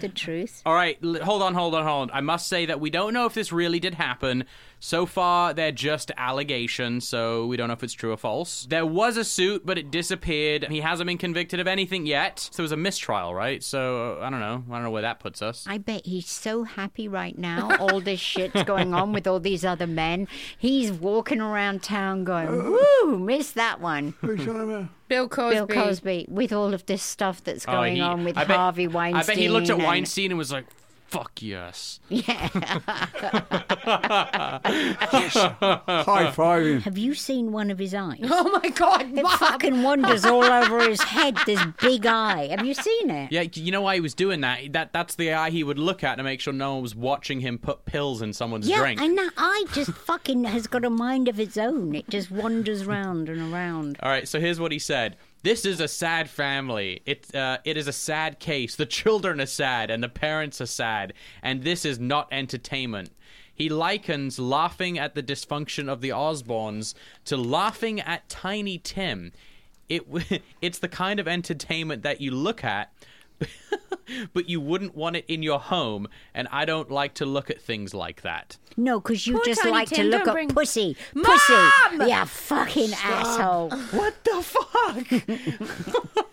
Speaker 6: the truth.
Speaker 4: All right, l- hold on, hold on, hold on. I must say that we don't know if this really did happen. So far, they're just allegations, so we don't know if it's true or false. There was a suit, but it disappeared. He hasn't been convicted of anything yet. So there was a mistrial, right? So uh, I don't know. I don't know where that puts us.
Speaker 6: I bet he's so happy right now. All this shit's going on with all these other men. He's walking around town going, "Woo, missed that one."
Speaker 3: What are you talking about?
Speaker 5: Bill Cosby.
Speaker 6: Bill Cosby with all of this stuff that's
Speaker 4: Oh,
Speaker 6: going
Speaker 4: he-
Speaker 6: on with
Speaker 4: I bet-
Speaker 6: Harvey Weinstein.
Speaker 4: I bet he looked at
Speaker 6: and-
Speaker 4: Weinstein and was like, fuck yes.
Speaker 3: High fiving.
Speaker 6: Have you seen one of his eyes?
Speaker 5: Oh my God,
Speaker 6: It
Speaker 5: Mom.
Speaker 6: fucking wanders all over his head. This big eye. Have you seen it?
Speaker 4: Yeah, you know why he was doing that? That That's the eye he would look at to make sure no one was watching him put pills in someone's
Speaker 6: Yeah,
Speaker 4: drink.
Speaker 6: and that eye just fucking has got a mind of its own. It just wanders round and around.
Speaker 4: All right, so here's what he said. This is a sad family. It uh, it is a sad case. The children are sad and the parents are sad, and this is not entertainment. He likens laughing at the dysfunction of the Osbournes to laughing at Tiny Tim. It w- <laughs> it's the kind of entertainment that you look at <laughs> but you wouldn't want it in your home, and I don't like to look at things like that.
Speaker 6: No, because you
Speaker 5: Poor
Speaker 6: just
Speaker 5: tiny
Speaker 6: like to
Speaker 5: Tim,
Speaker 6: look
Speaker 5: don't
Speaker 6: at
Speaker 5: bring-
Speaker 6: pussy. Pussy!
Speaker 5: Mom!
Speaker 6: Yeah, fucking asshole.
Speaker 4: What the fuck?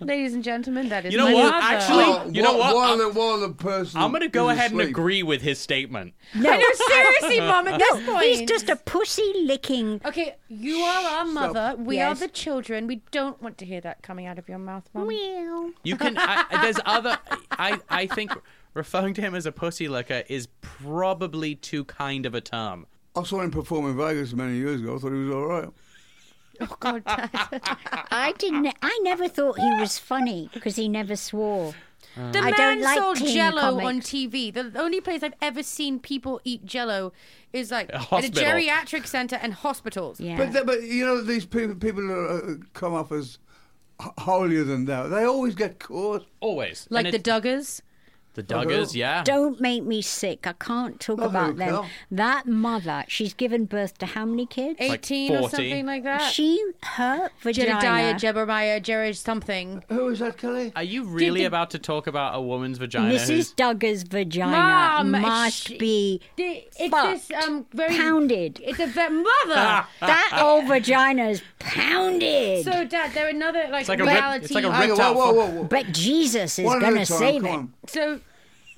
Speaker 5: Ladies and gentlemen, that is
Speaker 4: You know
Speaker 5: my
Speaker 4: what?
Speaker 5: mother. <laughs>
Speaker 4: Actually- You know what?
Speaker 3: while, While,
Speaker 4: I'm-
Speaker 3: the, while the person.
Speaker 4: I'm gonna go
Speaker 3: is
Speaker 4: ahead and
Speaker 3: asleep.
Speaker 4: agree with his statement.
Speaker 5: I know, <laughs> seriously, Mom, at this point.
Speaker 6: He's just a pussy licking.
Speaker 5: Okay, you are our mother. We
Speaker 6: Yes.
Speaker 5: are the children. We don't want to hear that coming out of your mouth, Mom.
Speaker 6: Meow.
Speaker 4: You can. I, there's other. I I think referring to him as a pussy licker is probably too kind of a term.
Speaker 3: I saw him perform in Vegas many years ago. I thought he was all right.
Speaker 5: Oh, God, Dad.
Speaker 6: <laughs> I didn't. I never thought he was funny because he never swore.
Speaker 5: The
Speaker 6: I
Speaker 5: man
Speaker 6: don't like
Speaker 5: sold
Speaker 6: teen
Speaker 5: Jello on
Speaker 6: comics.
Speaker 5: TV. The only place I've ever seen people eat Jello is like at a
Speaker 4: hospital.
Speaker 5: geriatric center and hospitals.
Speaker 6: Yeah.
Speaker 3: But th- but you know these people people are, uh, come off as h- holier than thou. They always get caught.
Speaker 4: Always.
Speaker 5: Like
Speaker 4: And
Speaker 5: the
Speaker 4: it-
Speaker 5: Duggars.
Speaker 4: the Duggars. Yeah.
Speaker 6: Don't make me sick. I can't talk
Speaker 5: Oh,
Speaker 3: Not
Speaker 6: about
Speaker 3: very
Speaker 6: them.
Speaker 3: well.
Speaker 6: That mother, she's given birth to how many kids?
Speaker 5: 18 or
Speaker 4: 40.
Speaker 5: something like that.
Speaker 6: She, her
Speaker 5: Jedediah,
Speaker 6: vagina.
Speaker 5: Jebemiah, Jared something.
Speaker 3: Who is that, Kelly?
Speaker 4: Are you really about to talk about a woman's vagina?
Speaker 6: Mrs.
Speaker 4: who's-
Speaker 6: Duggar's vagina
Speaker 5: Mom,
Speaker 6: must
Speaker 5: she-
Speaker 6: be
Speaker 5: It's
Speaker 6: fucked,
Speaker 5: this um, very
Speaker 6: pounded.
Speaker 5: It's a ve-
Speaker 4: Ah.
Speaker 5: mother.
Speaker 6: <laughs> that old vagina's pounded.
Speaker 5: so, Dad, they're another like,
Speaker 4: like a rip-
Speaker 5: reality.
Speaker 4: it's like a
Speaker 3: Hang on,
Speaker 4: ripped out
Speaker 3: whoa,
Speaker 4: for-
Speaker 3: whoa, whoa, whoa.
Speaker 6: but Jesus is
Speaker 3: One at a
Speaker 6: going to
Speaker 3: time,
Speaker 6: save
Speaker 3: come
Speaker 6: it.
Speaker 3: on.
Speaker 5: so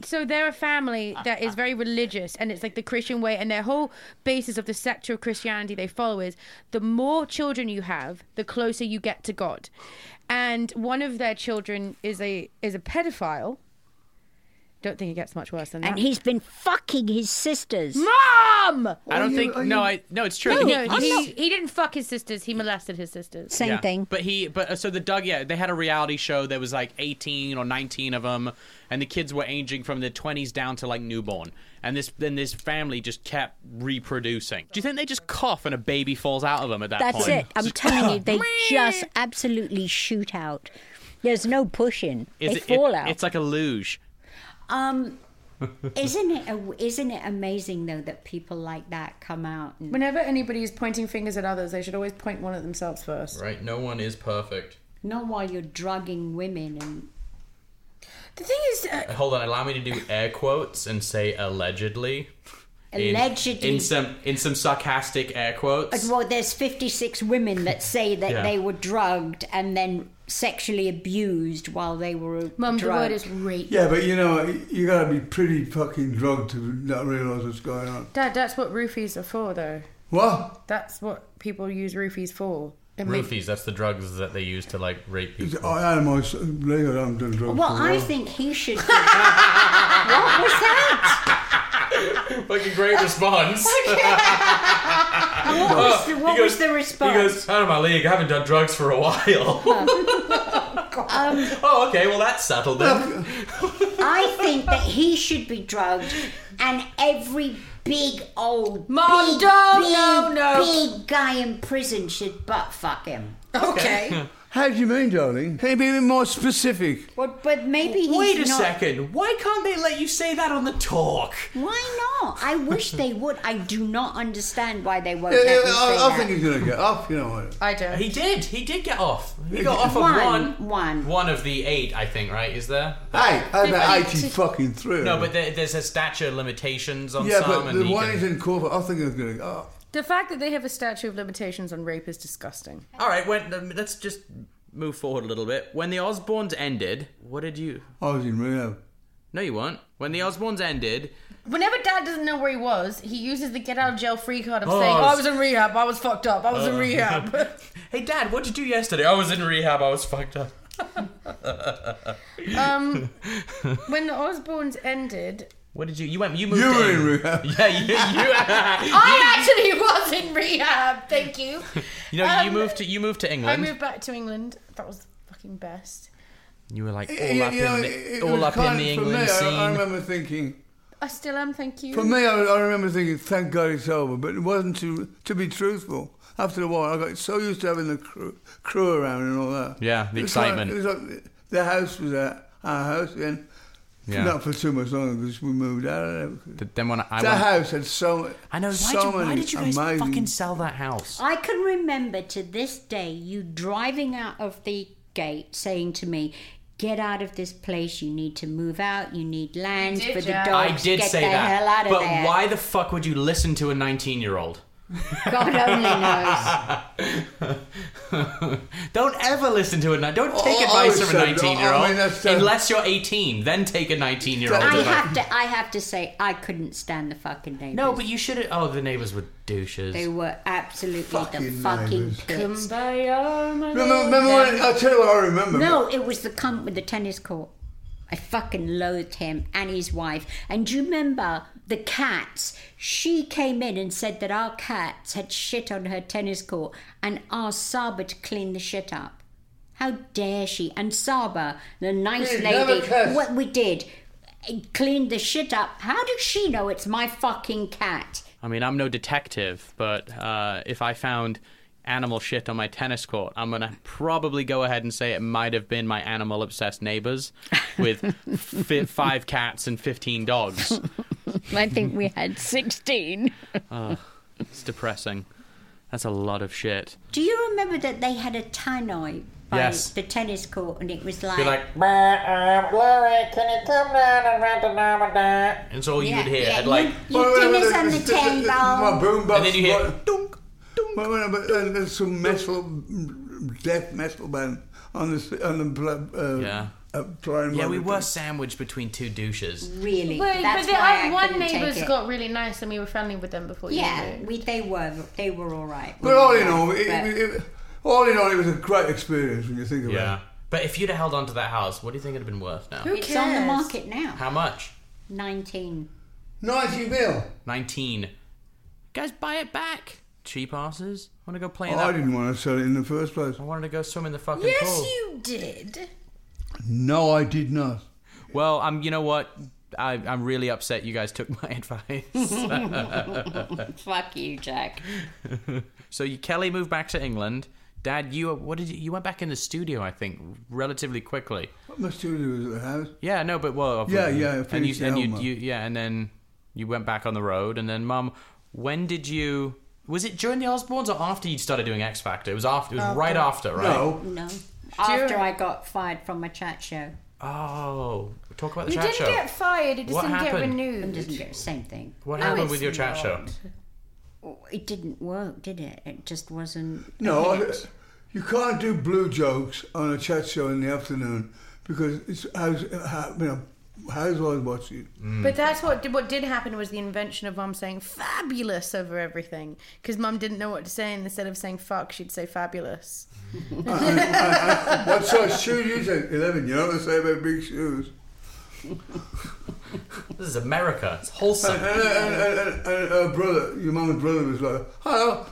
Speaker 5: so they're a family that is very religious and it's like the christian way and their whole basis of the sector of christianity they follow is the more children you have the closer you get to god and one of their children is a is a pedophile
Speaker 2: Don't think it gets much worse than that.
Speaker 6: And he's been fucking his sisters.
Speaker 5: Um,
Speaker 2: Mom!
Speaker 4: I don't think. No, I no. It's true. He-
Speaker 2: No, he, he didn't fuck his sisters. He molested his sisters.
Speaker 6: Same
Speaker 4: yeah.
Speaker 6: thing.
Speaker 4: But he, but uh, so the Doug, yeah, they had a reality show. There was like eighteen or nineteen of them, and the kids were aging from their twenties down to like newborn. And this, then this family just kept reproducing. Do you think they just cough and a baby falls out of them at that
Speaker 6: That's
Speaker 4: point?
Speaker 6: it. I'm telling you, they just absolutely shoot out. There's no pushing.
Speaker 4: Is
Speaker 6: they
Speaker 4: it- it-
Speaker 6: fall out.
Speaker 4: It's like a luge.
Speaker 6: um, isn't it? a- Isn't it amazing though that people like that come out? And,
Speaker 5: Whenever anybody is pointing fingers at others, they should always point one at themselves first.
Speaker 1: Right? No one is perfect.
Speaker 6: not while you're drugging women and
Speaker 5: The thing is, uh,
Speaker 1: Hold on, allow me to do air quotes and say allegedly. In-
Speaker 6: Allegedly.
Speaker 1: In, some in some sarcastic air quotes.
Speaker 6: Well, there's 56 women that say that
Speaker 1: Yeah.
Speaker 6: they were drugged and then sexually abused while they were
Speaker 2: Mum, the
Speaker 6: drugged.
Speaker 2: word is rape.
Speaker 3: Yeah, but you know, you gotta be pretty fucking drugged to not realize what's going on.
Speaker 5: Dad, that's what roofies are for, though.
Speaker 3: What?
Speaker 5: That's what people use roofies for. It makes-
Speaker 1: Roofies, that's the drugs that they use to like rape
Speaker 3: Is
Speaker 1: people.
Speaker 3: it- I am always legal. I'm doing drugs.
Speaker 6: well,
Speaker 3: for
Speaker 6: I
Speaker 3: a while.
Speaker 6: think he should. <laughs> what was that?
Speaker 1: Fucking great response.
Speaker 6: What was the, what
Speaker 1: Oh, He
Speaker 6: was
Speaker 1: goes-
Speaker 6: the response? Um,
Speaker 1: He goes, out of my league. I haven't done drugs for a
Speaker 6: <laughs>
Speaker 1: while. <laughs> oh, okay. Well, that's settled
Speaker 3: Um,
Speaker 1: then.
Speaker 6: I think that he should be drugged and every big old
Speaker 2: Mom,
Speaker 6: big,
Speaker 2: don't,
Speaker 6: big,
Speaker 2: no, no.
Speaker 6: big guy in prison should butt fuck him.
Speaker 5: okay.
Speaker 3: How do you mean, darling? Can you be a bit more specific?
Speaker 6: But, but maybe he's
Speaker 1: Wait a
Speaker 6: not.
Speaker 1: second. Why can't they let you say that on the talk?
Speaker 6: Why not? I wish they would. I do not understand why they won't.
Speaker 3: Yeah,
Speaker 6: let
Speaker 3: yeah,
Speaker 6: me
Speaker 3: I,
Speaker 6: say
Speaker 3: I
Speaker 6: that.
Speaker 3: think he's gonna get off. You know what?
Speaker 5: I don't.
Speaker 1: He did. He did get off. He got off
Speaker 6: One,
Speaker 1: of one.
Speaker 6: one.
Speaker 1: One of the eight, I think. Right? Is there?
Speaker 3: Hey, I'm at eighty fucking three.
Speaker 1: No, but there, there's a stature limitations on
Speaker 3: yeah,
Speaker 1: some.
Speaker 3: but
Speaker 1: and
Speaker 3: the
Speaker 1: he
Speaker 3: one
Speaker 1: can-
Speaker 3: is in Corford. I think he's gonna get off.
Speaker 5: The fact that they have a statute of limitations on rape is disgusting.
Speaker 1: All right. When, um, let's just move forward a little bit. When the Osbournes ended, what did you?
Speaker 3: I was in rehab.
Speaker 1: No, you weren't. When the Osbournes ended,
Speaker 2: Whenever Dad doesn't know where he was, he uses the get out of jail free card of
Speaker 1: Oh,
Speaker 2: saying,
Speaker 1: I
Speaker 2: oh,
Speaker 1: was-
Speaker 2: I was in rehab. I was fucked up. I was in
Speaker 1: <laughs>
Speaker 2: rehab.
Speaker 1: hey, Dad, what'd you do yesterday? I was in rehab. I was fucked up.
Speaker 5: Um, when the Osbournes ended,
Speaker 1: What did you? You went. You moved.
Speaker 3: You were
Speaker 1: in.
Speaker 3: in rehab.
Speaker 1: Yeah, <laughs> you. You, <laughs>
Speaker 2: I actually was in rehab. Thank you.
Speaker 1: you know, you
Speaker 2: Um,
Speaker 1: moved to you moved to
Speaker 5: I
Speaker 1: England.
Speaker 5: moved back to England. That was the fucking best.
Speaker 1: you were like all
Speaker 3: You-
Speaker 1: up
Speaker 3: you know,
Speaker 1: in
Speaker 3: it-
Speaker 1: the,
Speaker 3: it was
Speaker 1: all up in
Speaker 3: kind
Speaker 1: the
Speaker 3: of- for
Speaker 1: England
Speaker 3: me,
Speaker 1: scene.
Speaker 3: I, I remember thinking.
Speaker 5: I still am, thank you.
Speaker 3: For me, I, I remember thinking, "Thank God it's over," but it wasn't to to be truthful. After a while, I got so used to having the crew, crew around and all that.
Speaker 1: Yeah, the
Speaker 3: It was like-
Speaker 1: excitement.
Speaker 3: it was like the house was our, our house, and
Speaker 1: Yeah.
Speaker 3: not for too much longer because we moved out of it.
Speaker 1: But then when I, I
Speaker 3: that
Speaker 1: went,
Speaker 3: house had so.
Speaker 1: I know. Why,
Speaker 3: so
Speaker 1: did, you, why
Speaker 3: many
Speaker 1: did you guys
Speaker 3: amazing-
Speaker 1: fucking sell that house?
Speaker 6: I can remember to this day you driving out of the gate saying to me, Get out of this place, you need to move out, you need land
Speaker 5: did,
Speaker 6: for the
Speaker 5: Jack.
Speaker 6: dogs.
Speaker 5: I
Speaker 1: I did
Speaker 6: Get
Speaker 1: say
Speaker 6: the
Speaker 1: that.
Speaker 6: hell out of
Speaker 1: but
Speaker 6: there.
Speaker 1: why the fuck would you listen to a 19 year old?
Speaker 6: <laughs> God only
Speaker 1: <laughs>
Speaker 6: knows.
Speaker 1: Don't ever listen to a ni- don't take
Speaker 3: Oh, I
Speaker 1: advice
Speaker 3: was
Speaker 1: from a
Speaker 3: so-
Speaker 1: 19 year
Speaker 3: I
Speaker 1: old
Speaker 3: mean, that's, uh,
Speaker 1: unless you're 18. Then take a 19 year old.
Speaker 6: I have to I have to say I couldn't stand the fucking neighbors.
Speaker 1: No, but you should. have Oh, the neighbors were douches.
Speaker 6: they were absolutely
Speaker 3: Fucking
Speaker 6: the fucking
Speaker 3: neighbours.
Speaker 6: pits.
Speaker 3: Remember, remember when, I'll tell you what I remember.
Speaker 6: No, it was the cunt with the tennis court. I fucking loathed him and his wife. And do you remember the cats? She came in and said that our cats had shit on her tennis court and asked Saba to clean the shit up. How dare she? And Saba, the nice
Speaker 3: We've never
Speaker 6: lady,
Speaker 3: cussed.
Speaker 6: what we did, eh, cleaned the shit up. How does she know it's my fucking cat?
Speaker 4: I mean, I'm no detective, but uh, if I found animal shit on my tennis court, I'm gonna probably go ahead and say it might have been my animal obsessed neighbors
Speaker 6: <laughs>
Speaker 4: with fi- five cats and 15 dogs.
Speaker 6: I think we had 16.
Speaker 4: It's depressing. That's a lot of shit.
Speaker 6: Do you remember that they had a tannoy by
Speaker 4: Yes.
Speaker 6: the tennis court and it was
Speaker 1: You're like, It's all you would hear.
Speaker 6: yeah,
Speaker 1: I'd like,
Speaker 6: you, your dinner's on the <laughs> table.
Speaker 3: My boom box.
Speaker 1: and then you
Speaker 6: <laughs>
Speaker 1: hear,
Speaker 3: right-
Speaker 1: dunk, dunk.
Speaker 3: Well, well, but uh, there's some metal, mm, death metal band on the s- on the pl- uh,
Speaker 1: Yeah.
Speaker 3: uh, playing.
Speaker 1: Yeah, we
Speaker 3: with
Speaker 1: were
Speaker 3: the-
Speaker 1: sandwiched between two douches.
Speaker 6: really,
Speaker 2: Wait,
Speaker 6: that's
Speaker 2: but the,
Speaker 6: why I,
Speaker 2: I, one
Speaker 6: couldn't take
Speaker 2: neighbour's
Speaker 6: it.
Speaker 2: got really nice and we were friendly with them before you
Speaker 6: Yeah,
Speaker 2: knew.
Speaker 6: we they were they were all right. We
Speaker 3: But
Speaker 6: were
Speaker 3: all in
Speaker 6: right,
Speaker 3: all, it,
Speaker 6: but-
Speaker 3: it, it, all in all, it was a great experience when you think about
Speaker 1: Yeah.
Speaker 3: it.
Speaker 1: But if you'd have held on to that house, what do you think it'd have been worth now?
Speaker 5: Who
Speaker 6: It's
Speaker 5: cares?
Speaker 6: on the market now.
Speaker 1: How much?
Speaker 6: 19.
Speaker 3: 90 mil.
Speaker 1: 19. Guys, buy it back. Cheap asses. Want to go play in
Speaker 3: Oh,
Speaker 1: that?
Speaker 3: I didn't want to sell it in the first place.
Speaker 1: <laughs> I wanted to go swim in the fucking
Speaker 2: Yes,
Speaker 1: pool.
Speaker 2: you did.
Speaker 3: No, I did not.
Speaker 1: Well, I'm. You know what? I, I'm really upset. You guys took <laughs> my advice.
Speaker 6: Fuck you, Jack.
Speaker 1: so you, Kelly moved back to England. Dad, you uh, what did you, you went back in the studio? I think relatively quickly.
Speaker 3: What must you do with the house?
Speaker 1: Yeah, no, but well,
Speaker 3: Yeah,
Speaker 1: obviously.
Speaker 3: yeah,
Speaker 1: and
Speaker 3: finished
Speaker 1: you
Speaker 3: the
Speaker 1: and you,
Speaker 3: album up.
Speaker 1: you yeah, and then you went back on the road, and then Mum, when did you? Was it during the Osbournes or after you started doing X Factor? It was after. It was right after, right?
Speaker 3: No.
Speaker 6: No. After I got fired from my chat show.
Speaker 1: Oh, talk about the
Speaker 5: You
Speaker 1: chat
Speaker 5: didn't
Speaker 1: show.
Speaker 5: get fired. It just
Speaker 1: What
Speaker 5: didn't get
Speaker 1: happened?
Speaker 5: renewed.
Speaker 6: It doesn't get- Same thing.
Speaker 1: what
Speaker 5: No,
Speaker 1: happened
Speaker 5: it's
Speaker 1: with your chat show?
Speaker 6: It didn't work, did it? It just wasn't. a
Speaker 3: No, I,
Speaker 6: hit.
Speaker 3: you can't do blue jokes on a chat show in the afternoon because it's how's how, you know housewives watch it.
Speaker 1: Mm.
Speaker 5: But that's what did, what did happen was the invention of mum saying fabulous over everything because mum didn't know what to say and instead of saying fuck she'd say fabulous.
Speaker 3: What size shoes you take? Eleven. You know what they say about big shoes.
Speaker 1: This is America. It's wholesome.
Speaker 3: And, and, and, and, and, and her brother, your mum's brother, was like,
Speaker 1: Oh,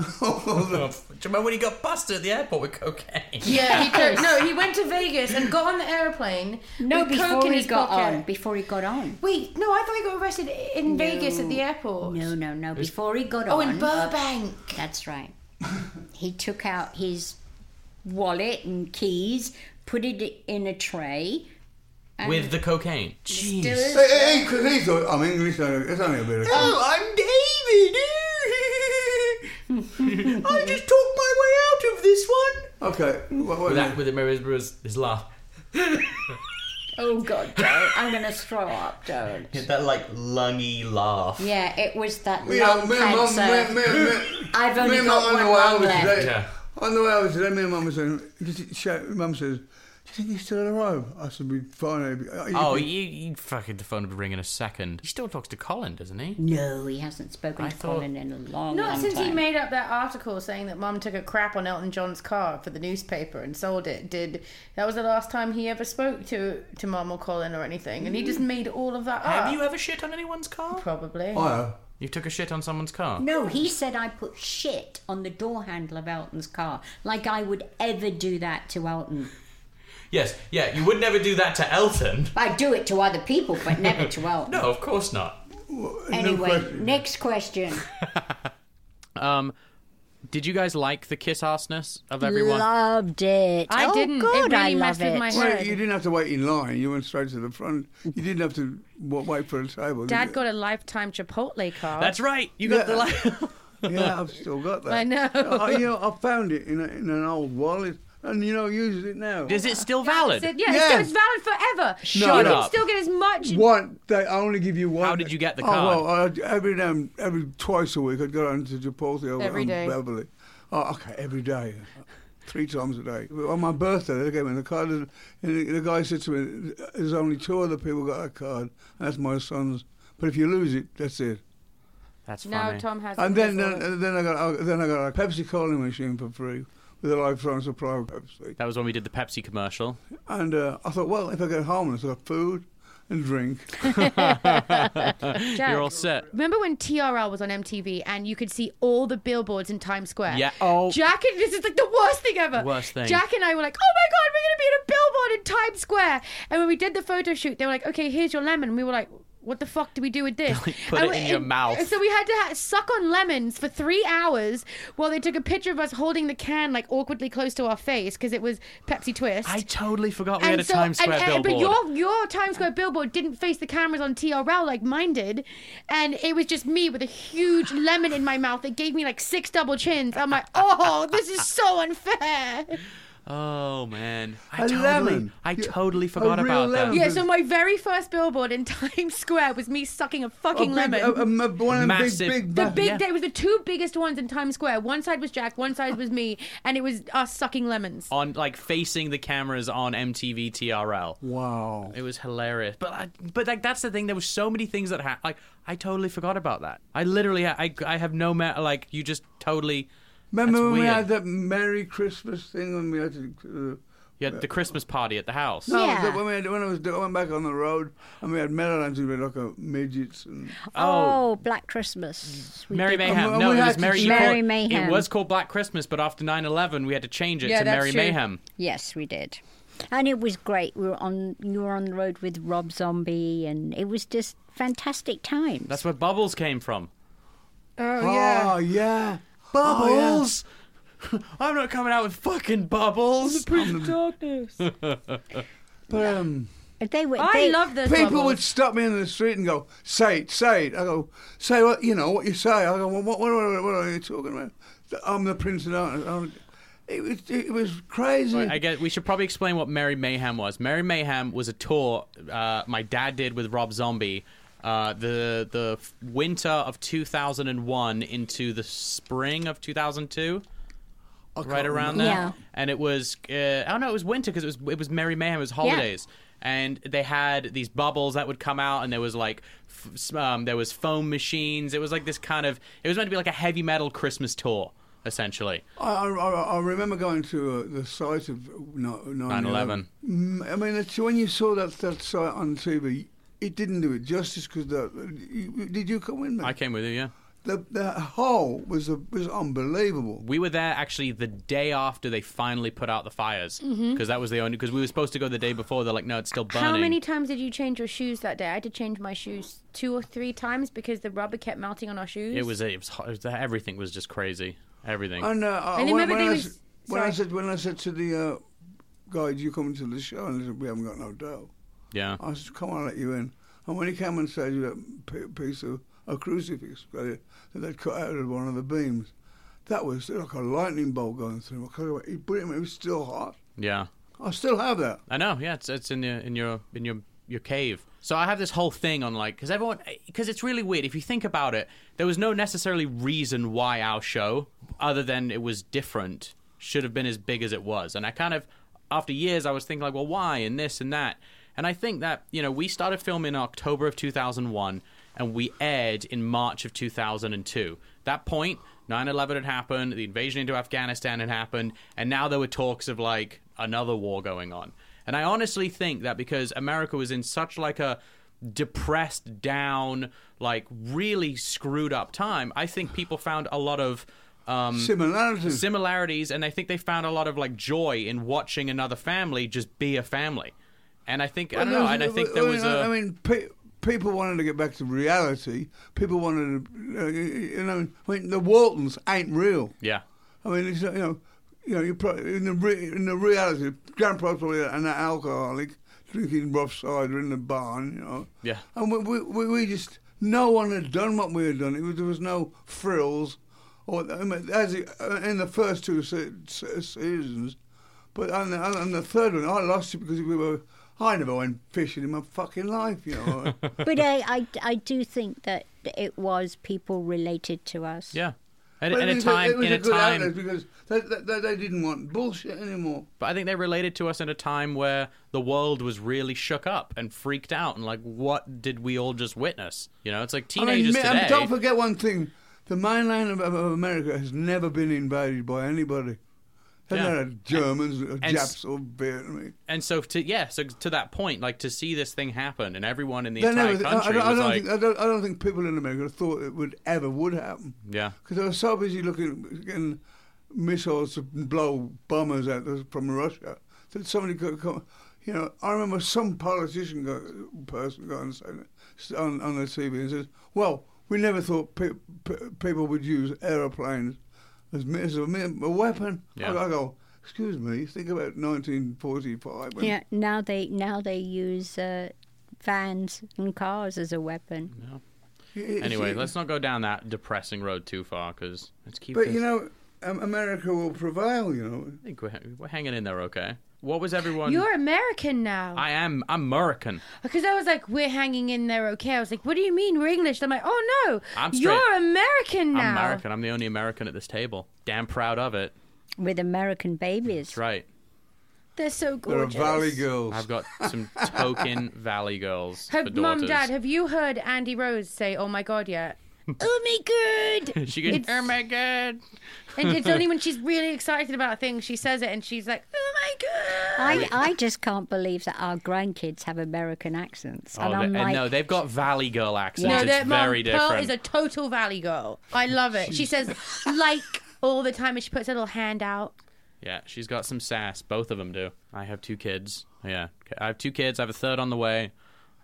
Speaker 3: "Hello."
Speaker 6: <laughs>
Speaker 1: Do you remember when he got busted at the airport with cocaine?
Speaker 5: Yeah, he co- <laughs> no, he went to Vegas and got on the airplane.
Speaker 6: No,
Speaker 5: with coke
Speaker 6: before
Speaker 5: in
Speaker 6: he
Speaker 5: his
Speaker 6: got
Speaker 5: pocket.
Speaker 6: on. Before he got on.
Speaker 5: Wait, no, I thought he got arrested in Vegas at the airport.
Speaker 6: No, no, no. Before he got
Speaker 5: Oh,
Speaker 6: on.
Speaker 5: in Burbank.
Speaker 6: That's right. he took out his wallet and keys, put it in a tray.
Speaker 1: With the cocaine.
Speaker 5: Still
Speaker 1: Jeez.
Speaker 5: is-
Speaker 3: Hey, because he thought I'm English. so It's only a bit of.
Speaker 1: Oh, I'm David. <laughs> I just talked my way out of this one.
Speaker 3: Okay. What, what,
Speaker 1: With Oh, that, with it, Mary Bruce his laugh.
Speaker 6: Oh God, Joe! I'm gonna throw up, Joe.
Speaker 1: That like lungy laugh.
Speaker 6: Yeah, it was that
Speaker 3: You know,
Speaker 6: lung
Speaker 3: me and mum, me, me,
Speaker 6: cancer.
Speaker 3: me,
Speaker 6: Oh, <laughs> I've only
Speaker 3: me and
Speaker 6: got
Speaker 3: mum on the
Speaker 6: one
Speaker 3: way
Speaker 6: lung
Speaker 3: over
Speaker 6: left.
Speaker 3: today-
Speaker 1: Yeah.
Speaker 3: On the way over today, me and mum was saying, because it- she- mum says, do you think he's still alive? I said, we fine. eh, be-
Speaker 1: Oh,
Speaker 3: you,
Speaker 1: you, you fucking the phone would ring in a second. He still talks to Colin, doesn't he?
Speaker 6: No, he hasn't spoken
Speaker 1: I
Speaker 6: to
Speaker 1: thought-
Speaker 6: Colin in a long,
Speaker 5: Not
Speaker 6: long
Speaker 5: since
Speaker 6: time.
Speaker 5: he made up that article saying that mum took a crap on Elton John's car for the newspaper and sold it. Did that was the last time he ever spoke to to mum or Colin or anything, and he just made all of that up.
Speaker 1: Have you ever shit on anyone's car?
Speaker 5: Probably.
Speaker 3: I have.
Speaker 1: You took a shit on someone's car.
Speaker 6: No, he said I put shit on the door handle of Elton's car. Like I would ever do that to Elton.
Speaker 1: Yes, yeah, you would never do that to Elton.
Speaker 6: I do it to other people, but never
Speaker 1: <laughs>
Speaker 6: to Elton.
Speaker 1: No, of course not.
Speaker 3: Well, no
Speaker 6: anyway,
Speaker 3: question.
Speaker 6: next question.
Speaker 4: Um, did you guys like the kiss assness of everyone?
Speaker 6: Loved it.
Speaker 5: I
Speaker 6: oh,
Speaker 5: didn't. It
Speaker 6: Good, I
Speaker 5: really
Speaker 6: love
Speaker 5: messed with
Speaker 6: it.
Speaker 5: my
Speaker 3: Well,
Speaker 5: head.
Speaker 3: you didn't have to wait in line. You went straight to the front. You didn't have to wa- wait for a table. did
Speaker 5: Dad
Speaker 3: you?
Speaker 5: got a lifetime Chipotle card.
Speaker 4: That's right. You got the. Li- <laughs>
Speaker 5: <laughs>
Speaker 3: Yeah, I've still got that.
Speaker 5: I know.
Speaker 3: I, you know, I found it in, a, in an old wallet, and you know, uses it now.
Speaker 4: Is it still valid?
Speaker 5: Said, yeah,
Speaker 3: Yeah.
Speaker 5: so it's valid forever.
Speaker 4: Shut
Speaker 5: you
Speaker 4: up.
Speaker 5: can still get as much.
Speaker 3: What they only give you one.
Speaker 4: How did you get the
Speaker 3: Oh, well, I, every now, and- every twice a week, I'd go down to Chipotle over
Speaker 5: Every
Speaker 3: on
Speaker 5: day.
Speaker 3: Beverly. Oh, okay, every day, three times a day. On my birthday, they gave me the card, and the, the guy said to me, "There's only two other people got that card. And that's my son's. But if you lose it, that's it."
Speaker 4: That's
Speaker 5: Now
Speaker 4: funny.
Speaker 5: Tom has.
Speaker 3: And
Speaker 5: it
Speaker 3: then, uh,
Speaker 5: before.
Speaker 3: then, then I got, then I got a Pepsi Cola machine for free with a lifetime supply of Pepsi.
Speaker 4: that was when we did the Pepsi commercial.
Speaker 3: And uh, I thought, well, if I get homeless, I've got food and drink.
Speaker 5: <laughs> Jack,
Speaker 4: You're all set.
Speaker 5: Remember when TRL was on MTV and you could see all the billboards in Times Square?
Speaker 4: Yeah. Oh.
Speaker 5: Jack and this is like the worst thing ever.
Speaker 4: Worst thing.
Speaker 5: Jack and I were like, oh my god, we're gonna be in a billboard in Times Square. And when we did the photo shoot, they were like, okay, here's your lemon. We were like. What the fuck do we do with this?
Speaker 4: <laughs> put
Speaker 5: And
Speaker 4: it
Speaker 5: we-
Speaker 4: in your
Speaker 5: and-
Speaker 4: mouth.
Speaker 5: So we had to ha- suck on lemons for three hours while they took a picture of us holding the can like awkwardly close to our face because it was Pepsi Twist.
Speaker 4: I totally forgot we had a Times Square
Speaker 5: and,
Speaker 4: billboard.
Speaker 5: But your your Times Square billboard didn't face the cameras on TRL like mine did, and it was just me with a huge lemon in my mouth that gave me like six double chins. I'm like, <laughs> oh, this is so unfair.
Speaker 4: Oh man, I
Speaker 3: A
Speaker 4: totally,
Speaker 3: lemon.
Speaker 4: I
Speaker 3: Yeah,
Speaker 4: totally
Speaker 3: a
Speaker 4: forgot
Speaker 3: real
Speaker 4: about that.
Speaker 3: lemon.
Speaker 5: Yeah, so my very first billboard in <laughs> Times Square was me sucking a fucking
Speaker 3: a big,
Speaker 5: lemon.
Speaker 3: a, a- a- one of them big,
Speaker 4: Massive-
Speaker 3: big,
Speaker 5: the
Speaker 3: ba-
Speaker 5: big
Speaker 4: yeah.
Speaker 5: day was the two biggest ones in Times Square. One side was Jack, one side was me, and it was us sucking lemons.
Speaker 4: On like facing the cameras on MTV TRL.
Speaker 3: Wow.
Speaker 4: It was hilarious. But I, but like that's the thing. There was so many things that happened. Like I totally forgot about that. I literally ha- I I have no ma- like you just totally.
Speaker 3: Remember
Speaker 4: that's
Speaker 3: when we
Speaker 4: weird.
Speaker 3: had that Merry Christmas thing when we had to, uh,
Speaker 4: You had the Christmas party at the house.
Speaker 3: No,
Speaker 6: Yeah.
Speaker 3: the- when, we had, when I was I went back on the road and we had Meadowlands, we were like a midgets. And,
Speaker 6: Oh, Black Christmas. We
Speaker 4: Merry
Speaker 6: did that.
Speaker 4: Mayhem.
Speaker 3: And
Speaker 4: No,
Speaker 3: we
Speaker 4: it
Speaker 3: had
Speaker 4: was
Speaker 3: to
Speaker 4: Merry, you
Speaker 6: Merry
Speaker 4: called- It
Speaker 6: Mayhem.
Speaker 4: was called Black Christmas, but after 9/11, we had to change it
Speaker 5: Yeah,
Speaker 4: to
Speaker 5: that's
Speaker 4: Merry
Speaker 5: true.
Speaker 4: Mayhem.
Speaker 6: Yes, we did. And it was great. We were on you were on the road with Rob Zombie and it was just fantastic times.
Speaker 4: That's where Bubbles came from.
Speaker 5: Oh, yeah.
Speaker 3: Oh, yeah.
Speaker 4: Bubbles. <laughs> I'm not coming out with fucking bubbles.
Speaker 5: Darkness.
Speaker 3: But um,
Speaker 6: they were
Speaker 5: I
Speaker 6: they-
Speaker 5: love those
Speaker 3: people
Speaker 5: bubbles.
Speaker 3: would stop me in the street and go, say it, say it. I go, say what, you know, what you say. I go, well, what, what, what, what are you talking about? I'm the Prince of Darkness. I'm- It was, it was crazy.
Speaker 4: I guess we should probably explain what Merry Mayhem was. Merry Mayhem was a tour uh, my dad did with Rob Zombie. Uh, the the f- winter of 2001 into the spring of 2002, right around there,
Speaker 6: remember. Yeah.
Speaker 4: and it was uh, I don't know it was winter because it was it was Merry Mayhem it was holidays, and they had these bubbles that would come out and there was like f- s- um, there was foam machines it was like this kind of it was meant to be like a heavy metal Christmas tour essentially.
Speaker 3: I, I, I I remember going to uh, the site of 9-11.
Speaker 4: 9/11.
Speaker 3: Mm, I mean, it's, when you saw that, that site on TV, it didn't do it justice because did you come in there?
Speaker 4: I came with you, yeah.
Speaker 3: the, the hole was a, was unbelievable.
Speaker 4: We were there actually the day after they finally put out the fires because that was the only because we were supposed to go the day before. They're like, no, it's still burning.
Speaker 2: Mm-hmm. How many times did you change your shoes that day? I had to change my shoes two or three times because the rubber kept melting on our shoes.
Speaker 4: It was it was, hot- it was everything was just crazy. Everything.
Speaker 3: And, uh, I-
Speaker 2: And
Speaker 3: when,
Speaker 2: remember
Speaker 3: when,
Speaker 2: they
Speaker 3: I,
Speaker 2: was-
Speaker 3: s- when I
Speaker 2: sorry.
Speaker 3: said when I said to the uh, guy, "Do you come to the show?" and he said, "We haven't got no dough,"
Speaker 4: yeah.
Speaker 3: I said, "Come on, I'll let you in." And when he came and said, "You got a piece of a crucifix that they'd cut out of one of the beams," that was like a lightning bolt going through. my car. He put it in, it was still hot.
Speaker 4: Yeah.
Speaker 3: I still have that.
Speaker 4: I know. Yeah, it's it's in your in your in your your cave. So I have this whole thing on like because everyone because it's really weird if you think about it. There was no necessarily reason why our show, other than it was different, should have been as big as it was. And I kind of after years I was thinking like, well, why and this and that. And I think that you know we started filming in October of 2001 and we aired in March of 2002. That point, 9/11 had happened, the invasion into Afghanistan had happened, and now there were talks of like another war going on. And I honestly think that because America was in such like a depressed down, like really screwed up time, I think people found a lot of um
Speaker 3: Similarities.
Speaker 4: similarities and I think they found a lot of like joy in watching another family just be a family. And I think I don't know, and I think there was
Speaker 3: I mean,
Speaker 4: a
Speaker 3: I mean, pe- people wanted to get back to reality. People wanted to, uh, you know, I mean, the Waltons ain't real.
Speaker 4: yeah.
Speaker 3: I mean, it's, uh, you know, you know, you pro- in the re- in the reality, grandpa's probably an alcoholic drinking rough cider in the barn, you know.
Speaker 4: Yeah.
Speaker 3: And we we, we, we just no one had done what we had done. It was, there was no frills, or I mean, as it, uh, in the first two se- se- seasons, but on the, on the third one, I lost it because we were. I never went fishing in my fucking life, you know.
Speaker 6: but I, I I do think that it was people related to us.
Speaker 4: Yeah. At,
Speaker 3: But
Speaker 4: at
Speaker 3: it
Speaker 4: a
Speaker 3: was
Speaker 4: time,
Speaker 3: it was
Speaker 4: in a
Speaker 3: good outlet
Speaker 4: time,
Speaker 3: because they, they, they didn't want bullshit anymore.
Speaker 4: but I think they related to us in a time where the world was really shook up and freaked out, and like, what did we all just witness? You know, it's like teenagers
Speaker 3: I mean, ma-
Speaker 4: today.
Speaker 3: Don't forget one thing: the mainland of, of of America has never been invaded by anybody. They've
Speaker 4: Yeah.
Speaker 3: not had Germans, or
Speaker 4: s-
Speaker 3: Japs, or Vietnamese.
Speaker 4: and so to yeah, so to that point, like to see this thing happen, and everyone in the
Speaker 3: They
Speaker 4: entire
Speaker 3: never- I- I,
Speaker 4: country
Speaker 3: don't, I
Speaker 4: was
Speaker 3: don't
Speaker 4: like,
Speaker 3: think, I, don't, I don't think people in America thought it would ever would happen.
Speaker 4: yeah,
Speaker 3: because they were so busy looking getting missiles to blow bombers out of- from Russia that somebody could come. You know, I remember some politician go, person got and said on on the TV and says, "Well, we never thought pe- pe- people would use aeroplanes as, mi- as a, mi- a weapon."
Speaker 4: Yeah.
Speaker 3: I, I go, "Excuse me, think about 1945." When,
Speaker 6: Yeah, now they now they use uh, vans and cars as a weapon.
Speaker 3: It's-
Speaker 4: Anyway,
Speaker 3: it's-
Speaker 4: let's not go down that depressing road too far because let's keep.
Speaker 3: But
Speaker 4: this-
Speaker 3: you know, um, America will prevail. You know.
Speaker 4: I think we're, ha- we're hanging in there, okay? What was everyone?
Speaker 2: You're American now.
Speaker 4: I am I'm American.
Speaker 2: Because I was like, we're hanging in there okay. I was like, what do you mean? We're English. I'm like, oh no.
Speaker 4: I'm straight.
Speaker 2: You're American now.
Speaker 4: I'm American. I'm the only American at this table. Damn proud of it.
Speaker 6: With American babies.
Speaker 4: That's right.
Speaker 2: They're so
Speaker 3: There are
Speaker 2: gorgeous.
Speaker 3: valley girls.
Speaker 4: I've got
Speaker 2: <laughs>
Speaker 4: some token Valley girls
Speaker 2: Have
Speaker 4: for
Speaker 2: mum,
Speaker 4: daughters.
Speaker 2: dad, have you heard Andy Rose say, oh my god, yet?
Speaker 6: Oh my
Speaker 4: <laughs>
Speaker 6: god!
Speaker 4: she goes, oh my god.
Speaker 2: And it's only when she's really excited about things she says it and she's like, oh my
Speaker 5: Megan.
Speaker 6: I, I just can't believe that our grandkids have American accents.
Speaker 4: Oh,
Speaker 6: and
Speaker 4: they-
Speaker 6: I'm
Speaker 4: and
Speaker 6: like,
Speaker 4: no, they've got Valley Girl accents.
Speaker 6: No,
Speaker 4: it's
Speaker 2: that mom,
Speaker 4: very
Speaker 2: Pearl
Speaker 4: different.
Speaker 2: is a total valley girl. I love it. She says like all the time, and she puts her little hand out.
Speaker 4: Yeah, she's got some sass. Both of them do. I have two kids. Yeah, I have two kids. I have a third on the way.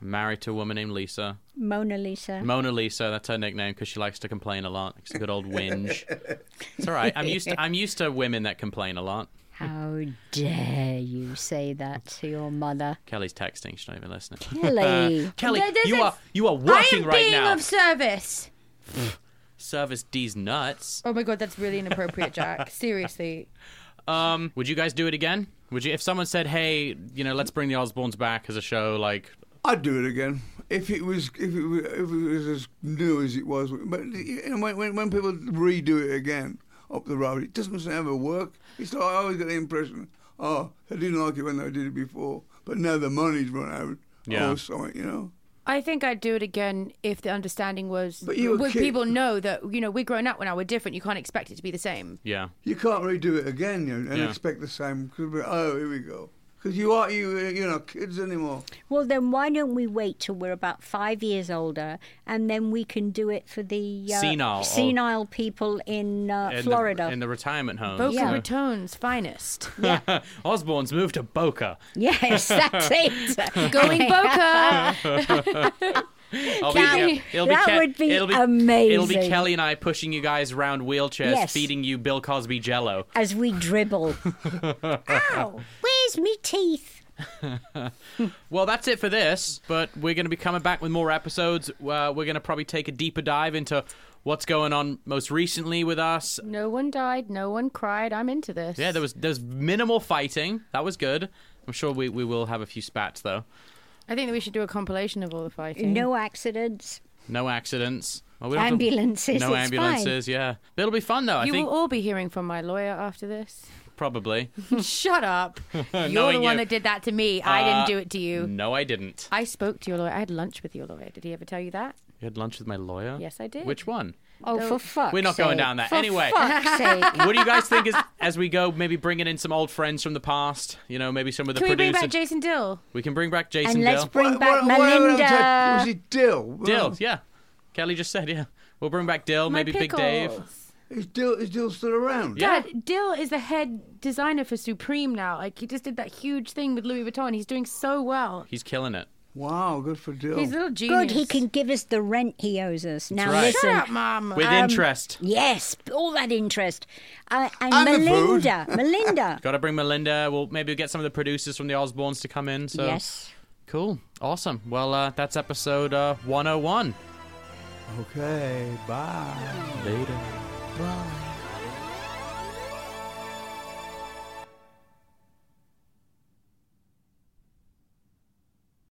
Speaker 4: I'm married to a woman named Lisa.
Speaker 6: Mona Lisa.
Speaker 4: Mona Lisa. That's her nickname because she likes to complain a lot. It's a good old <laughs> whinge. it's all right. I'm used. To, I'm used to women that complain a lot.
Speaker 6: How dare you say that to
Speaker 4: <laughs>
Speaker 6: your mother?
Speaker 4: Kelly's texting. She's not even
Speaker 2: <laughs>
Speaker 4: listening. Uh,
Speaker 6: Kelly.
Speaker 4: Kelly,
Speaker 2: There- there's
Speaker 4: you
Speaker 2: a-
Speaker 4: are you are
Speaker 2: I
Speaker 4: working
Speaker 2: am
Speaker 4: right
Speaker 2: being
Speaker 4: now.
Speaker 2: of service.
Speaker 4: Service D's nuts.
Speaker 2: Oh my god, that's really inappropriate, <laughs> Jack. Seriously.
Speaker 4: Um, would you guys do it again? Would you? If someone said, "Hey, you know, let's bring the Osbournes back as a show," like
Speaker 3: I'd do it again if it was if it was, if it was as new as it was. But you know, when, when when people redo it again up the road, it doesn't ever work. It's like I always get the impression, oh, they didn't like it when they did it before, but now the money's run out
Speaker 4: Yeah.
Speaker 3: or something, you know.
Speaker 2: I think I'd do it again if the understanding was
Speaker 3: But you were
Speaker 2: would
Speaker 3: kid-
Speaker 2: people know that you know we're grown up now, we're different. You can't expect it to be the same.
Speaker 4: yeah.
Speaker 3: You can't redo it again you know, and
Speaker 4: Yeah.
Speaker 3: expect the same. 'cause we- oh, here we go. Because you are you you're not kids anymore.
Speaker 6: Well, then why don't we wait till we're about five years older, and then we can do it for the uh,
Speaker 4: Senile or-
Speaker 6: senile people in uh,
Speaker 4: In
Speaker 6: Florida.
Speaker 4: the, in the retirement home.
Speaker 2: Boca
Speaker 6: Yeah.
Speaker 2: Raton's finest.
Speaker 4: <laughs> Osborne's moved to Boca.
Speaker 6: Yes, that's <laughs> it.
Speaker 2: Going Boca.
Speaker 4: I'll
Speaker 6: That-
Speaker 4: Ke- it'll
Speaker 6: that
Speaker 4: Ke-
Speaker 6: would be
Speaker 4: it'll It'll be
Speaker 6: amazing.
Speaker 4: Kelly and I pushing you guys around wheelchairs,
Speaker 6: Yes.
Speaker 4: feeding you Bill Cosby Jello.
Speaker 6: As we dribble. Ow! Where's me teeth?
Speaker 4: Well, that's it for this, but we're going to be coming back with more episodes. Uh, we're going to probably take a deeper dive into what's going on most recently with us.
Speaker 2: no one died. No one cried. I'm into this.
Speaker 4: Yeah, there was there's minimal fighting. That was good. I'm sure we, we will have a few spats though.
Speaker 2: I think that we should do a compilation of all the fighting.
Speaker 6: No accidents.
Speaker 4: No accidents. Well, we don't have
Speaker 6: Ambulances,
Speaker 4: no
Speaker 6: it's fine.
Speaker 4: ambulances. Yeah, it'll be fun though. I
Speaker 2: you
Speaker 4: think
Speaker 2: will all be hearing from my lawyer after this.
Speaker 4: probably.
Speaker 2: Shut
Speaker 4: <laughs>
Speaker 2: up. You're the
Speaker 4: Knowing
Speaker 2: one
Speaker 4: you.
Speaker 2: that did that to me. I
Speaker 4: Uh,
Speaker 2: didn't do it to you.
Speaker 4: No, I didn't.
Speaker 2: I spoke to your lawyer. I had lunch with your lawyer. Did he ever tell you that?
Speaker 4: You had lunch with my lawyer.
Speaker 2: Yes, I did.
Speaker 4: Which one?
Speaker 6: Oh, for fuck's
Speaker 4: We're not going
Speaker 6: sake.
Speaker 4: down that.
Speaker 6: For
Speaker 4: Anyway.
Speaker 6: <laughs> fuck's sake.
Speaker 4: what do you guys
Speaker 2: <laughs>
Speaker 4: think is, as we go? Maybe bringing in some old friends from the past. You know, maybe some of the
Speaker 2: Can we bring
Speaker 4: producers.
Speaker 2: back Jason Dill?
Speaker 4: we can bring back Jason
Speaker 6: And let's
Speaker 4: Dill.
Speaker 6: bring back
Speaker 3: whatever
Speaker 6: Melinda.
Speaker 3: happened to- was it Dill?
Speaker 4: Dill, yeah. Kelly just said, yeah. We'll bring back Dill.
Speaker 2: My
Speaker 4: maybe Big Dave.
Speaker 2: pickles.
Speaker 3: Is Dill is Dill still around?
Speaker 4: Yeah.
Speaker 2: Dad, Dill is the head designer for Supreme now. Like he just did that huge thing with Louis Vuitton. He's doing so well.
Speaker 4: He's killing it.
Speaker 3: Wow, good for Dill.
Speaker 2: He's a little genius.
Speaker 6: Good, he can give us the rent he owes us. Now
Speaker 4: right.
Speaker 6: listen.
Speaker 2: Shut up, Mom.
Speaker 4: With interest.
Speaker 6: Yes, all that interest. Uh, and,
Speaker 3: And the food.
Speaker 6: Melinda. Melinda.
Speaker 4: Got to bring Melinda. We'll maybe get some of the producers from the Osbournes to come in. <laughs> So
Speaker 6: Yes.
Speaker 4: cool, awesome. Well, uh, that's episode uh, 101.
Speaker 3: Okay, bye.
Speaker 4: Later.
Speaker 3: Bye.